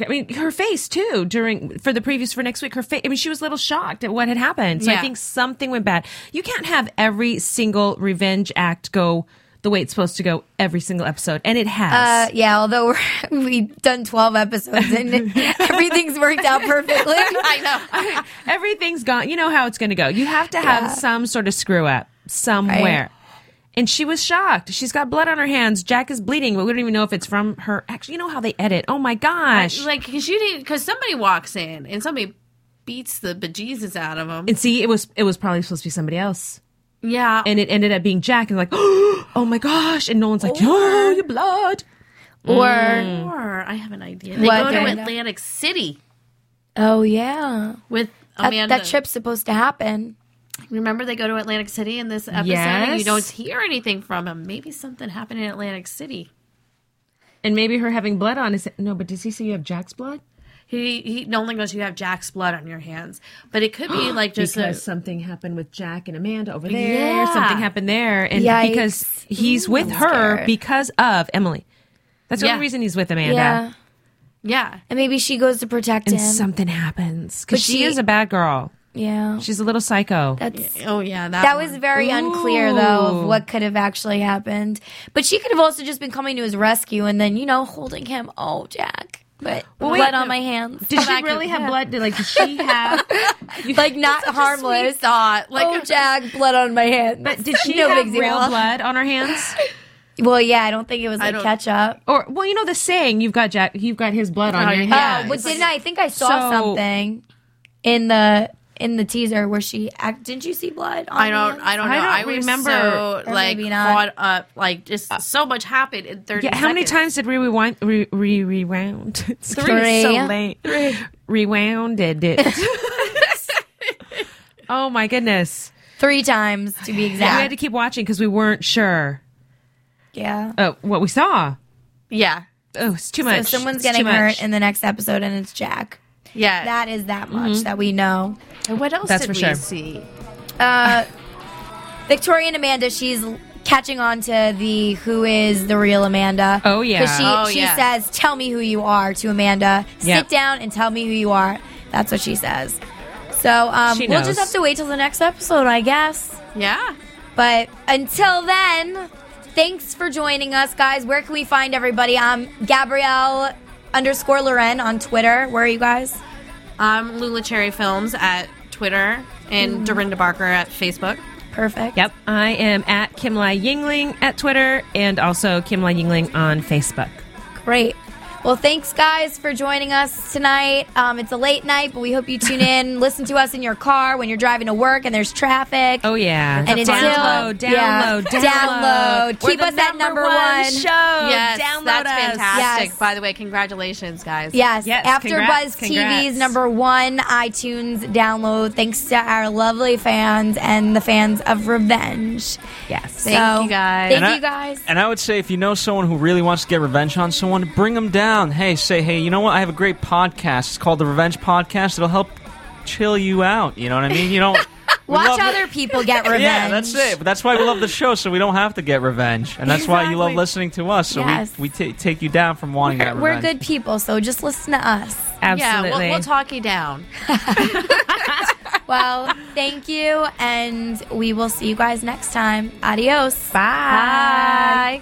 I mean, her face too. During for the previews for next week, her face. I mean, she was a little shocked at what had happened. So I
Yeah.
think something went bad. You can't have every single revenge act go the way it's supposed to go every single episode, and it has.
Uh, yeah, although *laughs* we're, we've done 12 episodes
*laughs*
and everything's worked out perfectly.
I know.
*laughs* Everything's gone. You know how it's going to go. You have to have
Yeah.
some sort of screw up somewhere.
Right.
And she was shocked. She's got blood on her hands. Jack is bleeding, but we don't even know if it's from her. Actually, you know how they edit. Oh my gosh.
I- like because you didn't because somebody walks in and somebody beats the bejesus out of him.
and see, it was it was probably supposed to be somebody else.
Yeah,
And it ended up being Jack and like, *gasps* "Oh my gosh." And Nolan's like, "Oh, your blood."
Or-
Mm. or I have an idea. They
What
go to
did-
Atlantic City.
Oh, yeah.
With
that,
Amanda.
that trip's supposed to happen.
Remember they go to Atlantic City in this episode, and you
Yes.
don't hear anything from him. Maybe something happened in Atlantic City.
And maybe her having blood on his No, but does he say you have Jack's blood?
He he only goes, "You have Jack's blood on your hands," but it could be like just
because
a,
something happened with Jack and Amanda over there.
Yeah.
Something happened there, and
Yikes.
because he's with
I'm
her
scared.
because of Emily. That's the
Yeah.
only reason he's with Amanda.
Yeah.
Yeah.
And maybe she goes to protect
uh, And
him.
something happens because
But
she,
she-
is a bad girl.
Yeah.
she's a little psycho.
That's
oh yeah,
that, was very unclear though of what could have actually happened. But she could have also just been coming to his rescue and then you know holding him. Oh, Jack, but
Well, wait,
blood
no.
on my hands. *laughs*
Did she really have blood? Did, like, did she *laughs* have
like not harmless?
thought like
oh, Jack, blood on my hands.
But did she
*laughs* No
have
big deal.
real blood on her hands?
Well, yeah, I don't think it was
I
like
don't-
ketchup.
Or well, you know the saying, you've got Jack, you've got his blood on your hands.
Oh, but didn't I I think I saw
So-
something in the in the teaser where she act, didn't you see blood? On
I don't.
hands?
I don't know. I, remember so,
Or
like
maybe not.
caught up. Like just
Uh,
so much happened in thirty.
Yeah, how many
seconds.
times did we rewind? Re, re, rewound? *laughs* It's
Three.
getting
Three.
So late. Rewounded it.
*laughs*
*laughs* oh my goodness.
Three times to be
Yeah, we had
exact.
to keep watching because we weren't sure
Yeah.
uh, what we saw.
Yeah.
Oh, it's too
So
much.
someone's
It's
getting
too much.
hurt in the next episode, and it's Jack.
Yeah.
That is that much
Mhm.
that we know.
And what else
That's
did
for
we
sure.
see?
Uh, Victoria and Amanda, she's l- catching on to the who is the real Amanda.
Oh, yeah.
'Cause she,
Oh,
she
yeah.
says, tell me who you are to Amanda.
Yeah.
Sit down and tell me who you are. That's what she says. So um,
She
we'll
knows.
just have to wait till the next episode, I guess.
Yeah.
But until then, thanks for joining us, guys. Where can we find everybody? I'm Gabrielle underscore Loren on Twitter. Where are you guys?
Um, Lula Cherry Films at Twitter and Dorinda Barker at Facebook.
Perfect.
Yep. I am at Kim Lai Yingling at Twitter and also Kim Lai Yingling on Facebook.
Great. Well, thanks, guys, for joining us tonight. Um, it's a late night, but we hope you tune in. listen to us in your car when you're driving to work and there's traffic.
Oh, yeah.
And until,
download,
yeah,
download, download.
*laughs* download.
We're
Keep
the
us at number one.
show.
Yes,
Download
that's
us.
fantastic.
Yes.
By the way, congratulations, guys.
Yes, After
congrats,
Buzz
congrats.
TV's number one iTunes download, thanks to our lovely fans and the fans of Revenge.
Yes,
Thank
you guys.
Thank
And
you
I-
guys.
And I would say if you know someone who really wants to get revenge on someone, bring them down. Hey, say, hey, you know what? I have a great podcast. It's called the Revenge Podcast. It'll help chill you out. You know what I mean?
*laughs*
You don't. we
Watch
love-
other people get revenge.
Yeah, that's it. But that's why we love the show, so we don't have to get revenge, and that's why you love
Exactly.
listening to us. So
Yes.
we, we ta take you down from wanting that
We're
revenge.
good people, so just listen to us.
Yeah, we'll, we'll talk you down.
well, thank you, and we will see you guys next time. Adios. Bye.